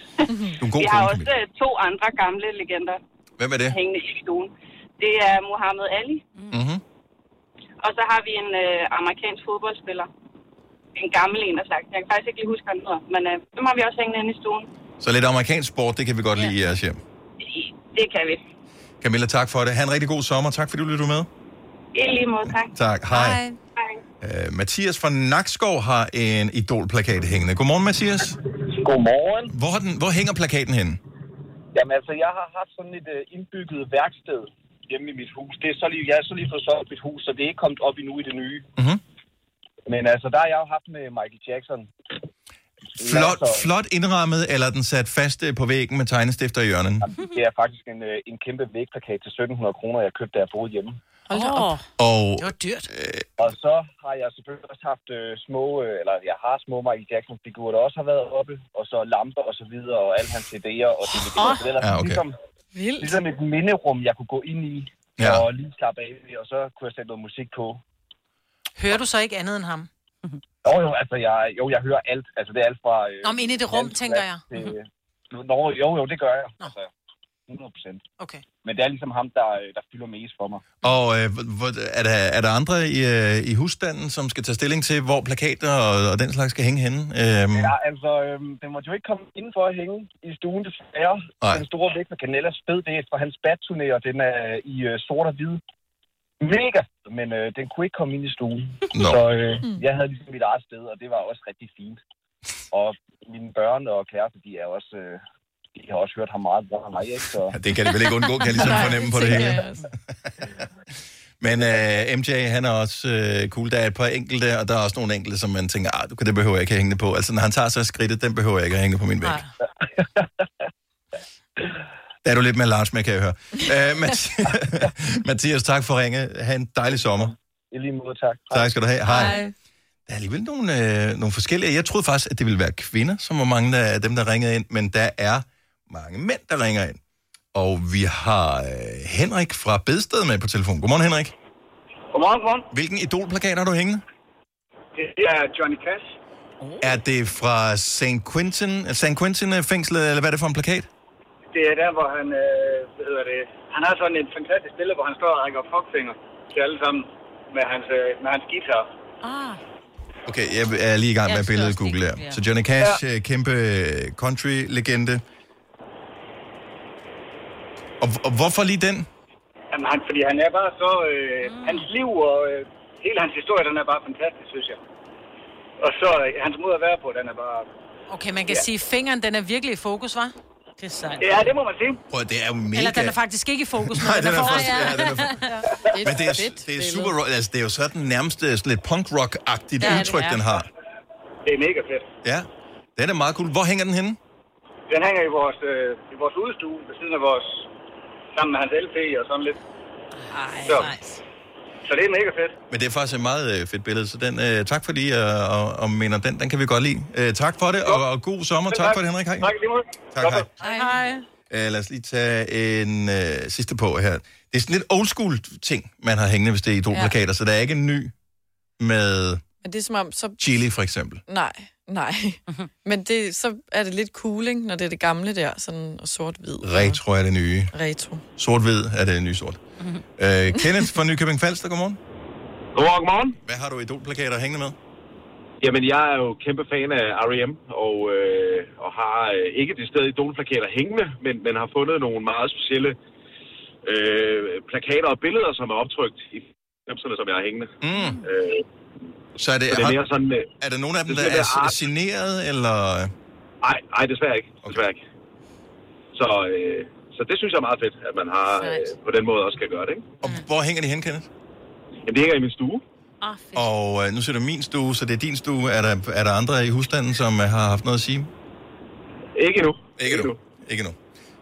Du er en god vi for har en, også øh, to andre gamle legender Hvem er det? hængende i stuen. Det er Muhammad Ali, Mm-hmm. og så har vi en øh, amerikansk fodboldspiller. En gammel en af slagsen. Jeg kan faktisk ikke lige huske, hvad han hedder, men øh, dem har vi også hængende inde i stuen. Så lidt amerikansk sport, det kan vi godt lide i jeres hjem. Det kan vi. Camilla, tak for det. Ha' en rigtig god sommer. Tak fordi du lyttede med. I lige måde, tak. Tak. Hej. Hej. Uh, Mathias fra Nakskov har en idolplakat hængende. Godmorgen, Mathias. Godmorgen. Hvor, har den, hvor hænger plakaten henne? Jamen altså, jeg har haft sådan et øh, indbygget værksted hjemme i mit hus. Det er så lige, jeg er så lige fået solgt mit hus, så det er ikke kommet op endnu i det nye. Mhm. Men altså, der har jeg jo haft med Michael *laughs* Jackson. Flot, Masser. flot indrammet, eller er den sat fast øh, på væggen med tegnestifter i hjørnen? Det er faktisk en, øh, en kæmpe vægplakat til 1700 kroner, jeg købte, da jeg boede hjemme. Øh, Hold da op. Og, Det var dyrt. og så har jeg selvfølgelig også haft øh, små, øh, eller jeg har små Michael Jackson-figurer, der også har været oppe, og så lamper og så videre, og alle hans CD'er og DVD'er. Oh. Så det er Ja, okay. ligesom, ligesom et minderum, jeg kunne gå ind i, Ja. ja. og lige slappe af, i, og så kunne jeg sætte noget musik på. Hører du så ikke andet end ham? Jo, jo, altså, jeg, jo, jeg hører alt. Altså, det er alt fra... Øh, Nå, men inde i det rum, alt tænker fra- jeg. Til, øh, nå, jo, jo, det gør jeg. Altså, 100 procent. Okay. Men det er ligesom ham, der, øh, der fylder mest for mig. Og øh, hvor- hvor- er, der, er der andre i, øh, i husstanden, som skal tage stilling til, hvor plakater og, og den slags skal hænge henne? Øhm, Ja, altså, øhm, den måtte jo ikke komme indenfor at hænge i stuen, desværre. Nej. Den store væk fra Canellas fed, det er fra hans badturné, og den er i øh, sort og hvid. Mega fed, men øh, den kunne ikke komme ind i stuen. Nå. Så øh, jeg havde ligesom mit eget sted, og det var også rigtig fint. Og mine børn og kæreste, de er også... Øh, de har også hørt ham meget bedre end mig, ikke? Så... Det kan de vel ikke undgå, kan jeg ligesom Nej, fornemme på det tænker hele. jeg Men øh, MJ, han er også øh, cool. Der er et par enkelte, og der er også nogle enkelte, som man tænker, ah, du kan- det behøver jeg ikke at hænge det på. Altså, når han tager sig skridtet, den behøver jeg ikke at hænge det på min væg. Der er du lidt mere large med, kan jeg høre. Øh, Mathi- Mathias, *laughs* tak for at ringe. Ha' en dejlig sommer. I lige måde, tak. Tak skal du have. Hej. Hej. Der er alligevel nogle, øh, nogle forskellige. Jeg troede faktisk, at det ville være kvinder, som var mange af dem, der ringede ind, men der er mange mænd, der ringer ind. Og vi har øh, Henrik fra Bedsted med på telefon. Godmorgen, Henrik. Godmorgen, godmorgen. Hvilken idolplakat har du hængende? Det er Johnny Cash. Er det fra St. Quentin, St. Quentin øh, fængslet, eller hvad er det for en plakat? Det er der, hvor han, øh, hvad hedder det, han har sådan et fantastisk billede, hvor han står og rækker fuckfinger til alle sammen med hans, øh, med hans guitar. Ah. Okay, jeg er lige i gang med at billedet google her. Så Johnny Cash, ja. kæmpe øh, country-legende. Og, og hvorfor lige den? Jamen, han, fordi han er bare så, øh, mm. hans liv og øh, hele hans historie, den er bare fantastisk, synes jeg. Og så øh, hans måde at være på, den er bare... Okay, man kan Ja. sige, at fingeren den er virkelig i fokus, var? Det er sejt. Ja, det må man sige. Prøv, at- det er jo mega... Eller den er faktisk ikke i fokus, men Nej, den er foran. faktisk- ja, den er Men det er, det er super, ro- altså, det er jo sådan nærmest øh, sådan lidt punk-rock-agtigt Ja, ja, det udtryk, er. den har. Det er mega fedt. Ja, den er meget cool. Hvor hænger den henne? Den hænger i vores, øh, i vores udstue ved siden af vores, sammen med hans LP og sådan lidt. Ej, så, så det er mega fedt. Men det er faktisk et meget øh, fedt billede, så den, øh, tak for lige øh, og, og mener den, den kan vi godt lide. Øh, tak for det, og, og god sommer. Tak for det, Henrik. Hej. Tak, i lige måde. Tak, hej. Hej. Hej. Øh, lad os lige tage en øh, sidste på her. Det er sådan lidt old school ting, man har hængende, hvis det er idolplakater, ja. så der er ikke en ny med *laughs* Men det er som om, så... Chili for eksempel. Nej, *laughs* nej. Men det, så er det lidt cool, ikke, når det er det gamle der, sådan og sort-hvid. Retro er det nye. Retro. Sort-hvid er det nye sort. øh, Kenneth fra Nykøbing Falster, godmorgen. Godmorgen, godmorgen. Hvad har du idolplakater hængende med? Jamen, jeg er jo kæmpe fan af R.E.M., og, øh, og har øh, ikke det sted idolplakater hængende, men, men har fundet nogle meget specielle øh, plakater og billeder, som er optrykt i 90'erne, som jeg har hængende. Mm. Øh, Så er det, så det er mere sådan... Øh, er der nogen af dem, det der er skal være s- art. signeret, eller... Nej, nej, desværre ikke. Desværre ikke. Så, øh, så det synes jeg er meget fedt, at man har øh, på den måde også kan gøre det, ikke? Og hvor hænger de hen, Kenneth? Jamen, det hænger i min stue. Og øh, nu siger du min stue, så det er din stue. Er der, er der andre i husstanden, som øh, har haft noget at sige? Ikke nu. Ikke, nu. Ikke nu.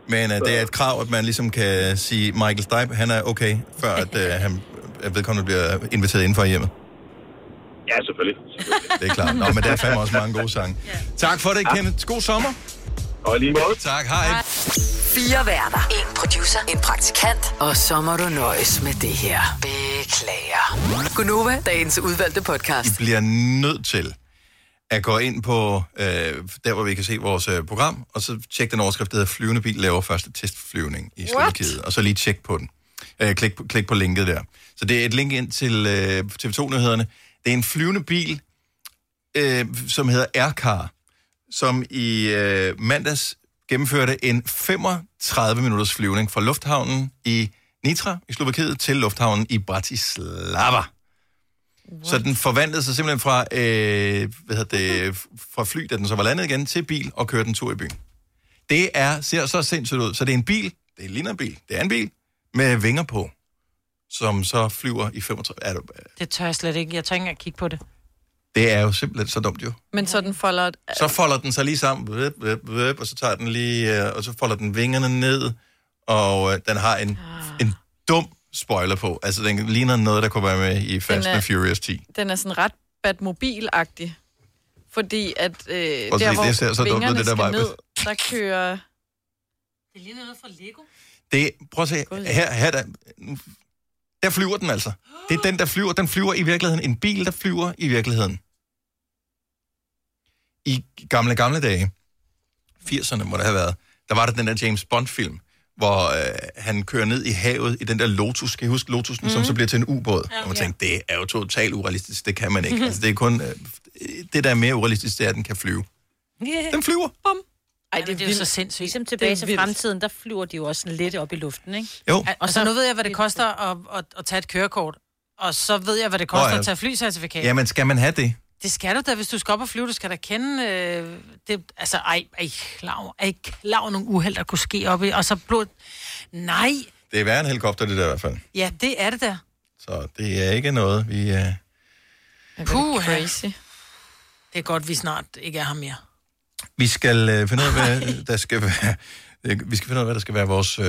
Men øh, det er et krav, at man ligesom kan sige, Michael Stipe, han er okay, før at, øh, han, at vedkommende bliver inviteret indenfor i hjemmet. Ja, selvfølgelig. Det er klart. Nå, men der er fandme også mange gode sange. Tak for det, Kenneth. God sommer. Og lige måde. Tak, hej. Fire værter. En producer. En praktikant. Og så må du nøjes med det her. Beklager. Gunova, dagens udvalgte podcast. I bliver nødt til at gå ind på, øh, der hvor vi kan se vores øh, program, og så tjek den overskrift, der hedder Flyvende bil laver første testflyvning i What? Slovakiet, og så lige tjek på den. Øh, klik, på- klik på linket der. Så det er et link ind til øh, TV2-nyhederne. Det er en flyvende bil, øh, som hedder Aircar, som i øh, mandags gennemførte en 35-minutters flyvning fra lufthavnen i Nitra i Slovakiet til lufthavnen i Bratislava. Så den forvandlede sig simpelthen fra, øh, hvad hedder det, f- fra fly, da den så var landet igen, til bil og kørte en tur i byen. Det er, ser så sindssygt ud. Så det er en bil, det ligner en bil, det er en bil, med vinger på, som så flyver i 35... Er du- Det tør jeg slet ikke. Jeg tør ikke engang kigge på det. Det er jo simpelthen så dumt jo. Men så den folder... Så folder den sig lige sammen, vøp, vøp, vøp, og så tager den lige, øh, og så folder den vingerne ned, og øh, den har en, Ah. en dum spoiler på. Altså, den ligner noget, der kunne være med i Fast Den and er- Furious 10. Den er sådan ret Batmobil-agtig. Fordi at øh, Prøv at se, der, hvor det ser så dumt ud, vingerne det der skal Maj-Brit. ned, der kører... Det ligner noget fra Lego. Det, prøv at se, her, her der, der flyver den altså. Det er den, der flyver. Den flyver i virkeligheden. En bil, der flyver i virkeligheden. I gamle, gamle dage, 80'erne må det have været, der var der den der James Bond-film, hvor øh, han kører ned i havet i den der Lotus. Kan I huske Lotusen, mm. som så bliver til en ubåd? Ja, og man tænker, det er jo totalt urealistisk, det kan man ikke. altså, det er kun... Øh, det, der er mere urealistisk, det er, at den kan flyve. Yeah. Den flyver. Bum. Ej, det, det er jo så sindssygt. Ligesom tilbage Det er til vildt. fremtiden, der flyver de jo også sådan lidt op i luften, ikke? Altså, Jo. Og så nu ved jeg, hvad det koster at, at, at tage et kørekort. Og så ved jeg, hvad det Nå, koster ja. at tage flycertifikat. Jamen, skal man have det? Det skal du da, hvis du skal op og flyve. Du skal da kende... Øh, det, altså, ej, er I klar over, er I klar over nogle uheld, der kunne ske op i? Og så blod... Nej, Det er værre en helikopter, det der i hvert fald. ja, det er det der. Så det er ikke noget, vi... Øh... Puh, crazy. Det er godt, vi snart ikke er her mere. Vi skal øh, finde ud af, hvad der skal være... Vi skal finde ud af, hvad der skal være vores øh,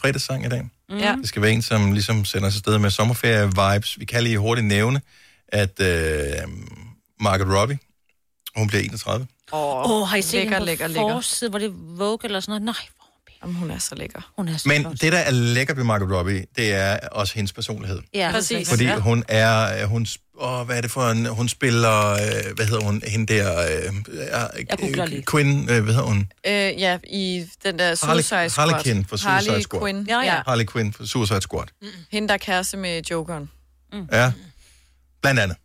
fredagssang i dag. Mm. Ja. Det skal være en, som ligesom sender os afsted med sommerferie-vibes. Vi kan lige hurtigt nævne, at øh, Margaret Robbie, hun bliver 31. Åh, oh, har I set lækker, lækker, hende på lækker, lækker, lækker. forside, hvor det er Vogue eller sådan noget? Nej, hvor er hun pæn. Jamen, hun er så lækker. Hun er så Men flot. det, der er lækkert ved Margot Robbie, det er også hendes personlighed. Ja, Præcis. Fordi Ja. hun er... øh, Hun, sp- åh, hvad er det for en... Hun spiller... Øh, hvad hedder hun? Hende der... Øh, Jeg googler lige. Quinn, øh, hvad hedder hun? Øh, ja, i den der Harley- Suicide Squad. Harlequin fra Suicide Harley Squad. Quinn. Ja, ja. Harley Quinn fra Suicide Squad. Mm. Hende, der er kæreste med Jokeren. Ja. Blandt andet.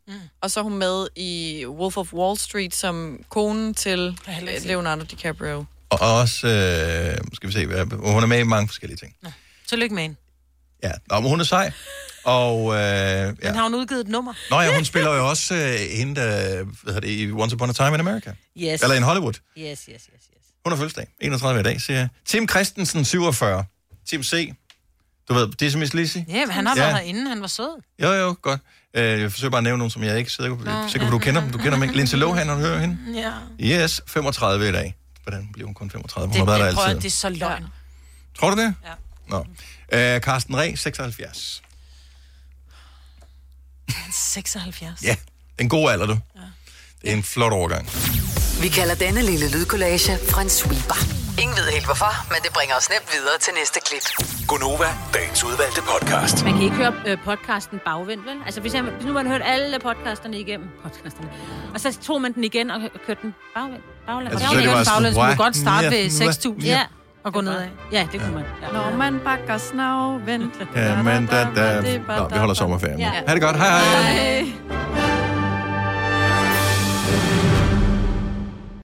Og så er hun med i Wolf of Wall Street som konen til øh, Leonardo DiCaprio. Og også... Øh, skal vi se... Hvad, hun er med i mange forskellige ting. Tillykke med hende. Ja. Nå, men hun er sej. Og... Øh, Ja. ja. Men har hun udgivet et nummer? Nå ja, hun spiller jo også øh, hende, der... Hvad hedder det? I Once Upon a Time in America. Yes. Eller in Hollywood. Yes, yes, yes. Hun har fødselsdag. 31 i dag, siger jeg. Tim Christensen, 47. Tim C. Du ved, det er som Miss Lizzy. Ja, men han har været herinde, han var sød. Jo, jo, godt. Øh, Jeg forsøger bare at nævne nogen, som jeg ikke er sikker på, Nå, sikker på du kender dem. Du kender dem ikke. Lindsay Lohan, når du hører hende. Ja. Yes, 35 i dag. Hvordan bliver hun kun 35? Hun Det, har været der det, prøver, altid. det er så løgn. Tror du det? Ja. Nå. Øh, Carsten Reh, 76. Han er 76. Ja, en god alder, du. Ja. Det er en flot overgang. Vi kalder denne lille lydkollage en sweeper. Ingen ved helt hvorfor, men det bringer os nemt videre til næste klip. Gonova, dagens udvalgte podcast. Man kan ikke høre øh, podcasten bagvendt, vel? Altså, hvis, jeg, hvis nu man hørte alle podcasterne igennem, podcasterne, og så tog man den igen og kørte den bagvendt. Bagland. Altså, så er det bare sådan, baglæns, man kunne "Wah, godt starte ja, ved ja, 6.000 ja." ja. og gå nedad. Ja, det kunne man. Ja. Når man bakker snavvendt. Ja, men da, da. Nå, vi holder sommerferien. Ja. Ha' det godt. Hej, hej. Hej.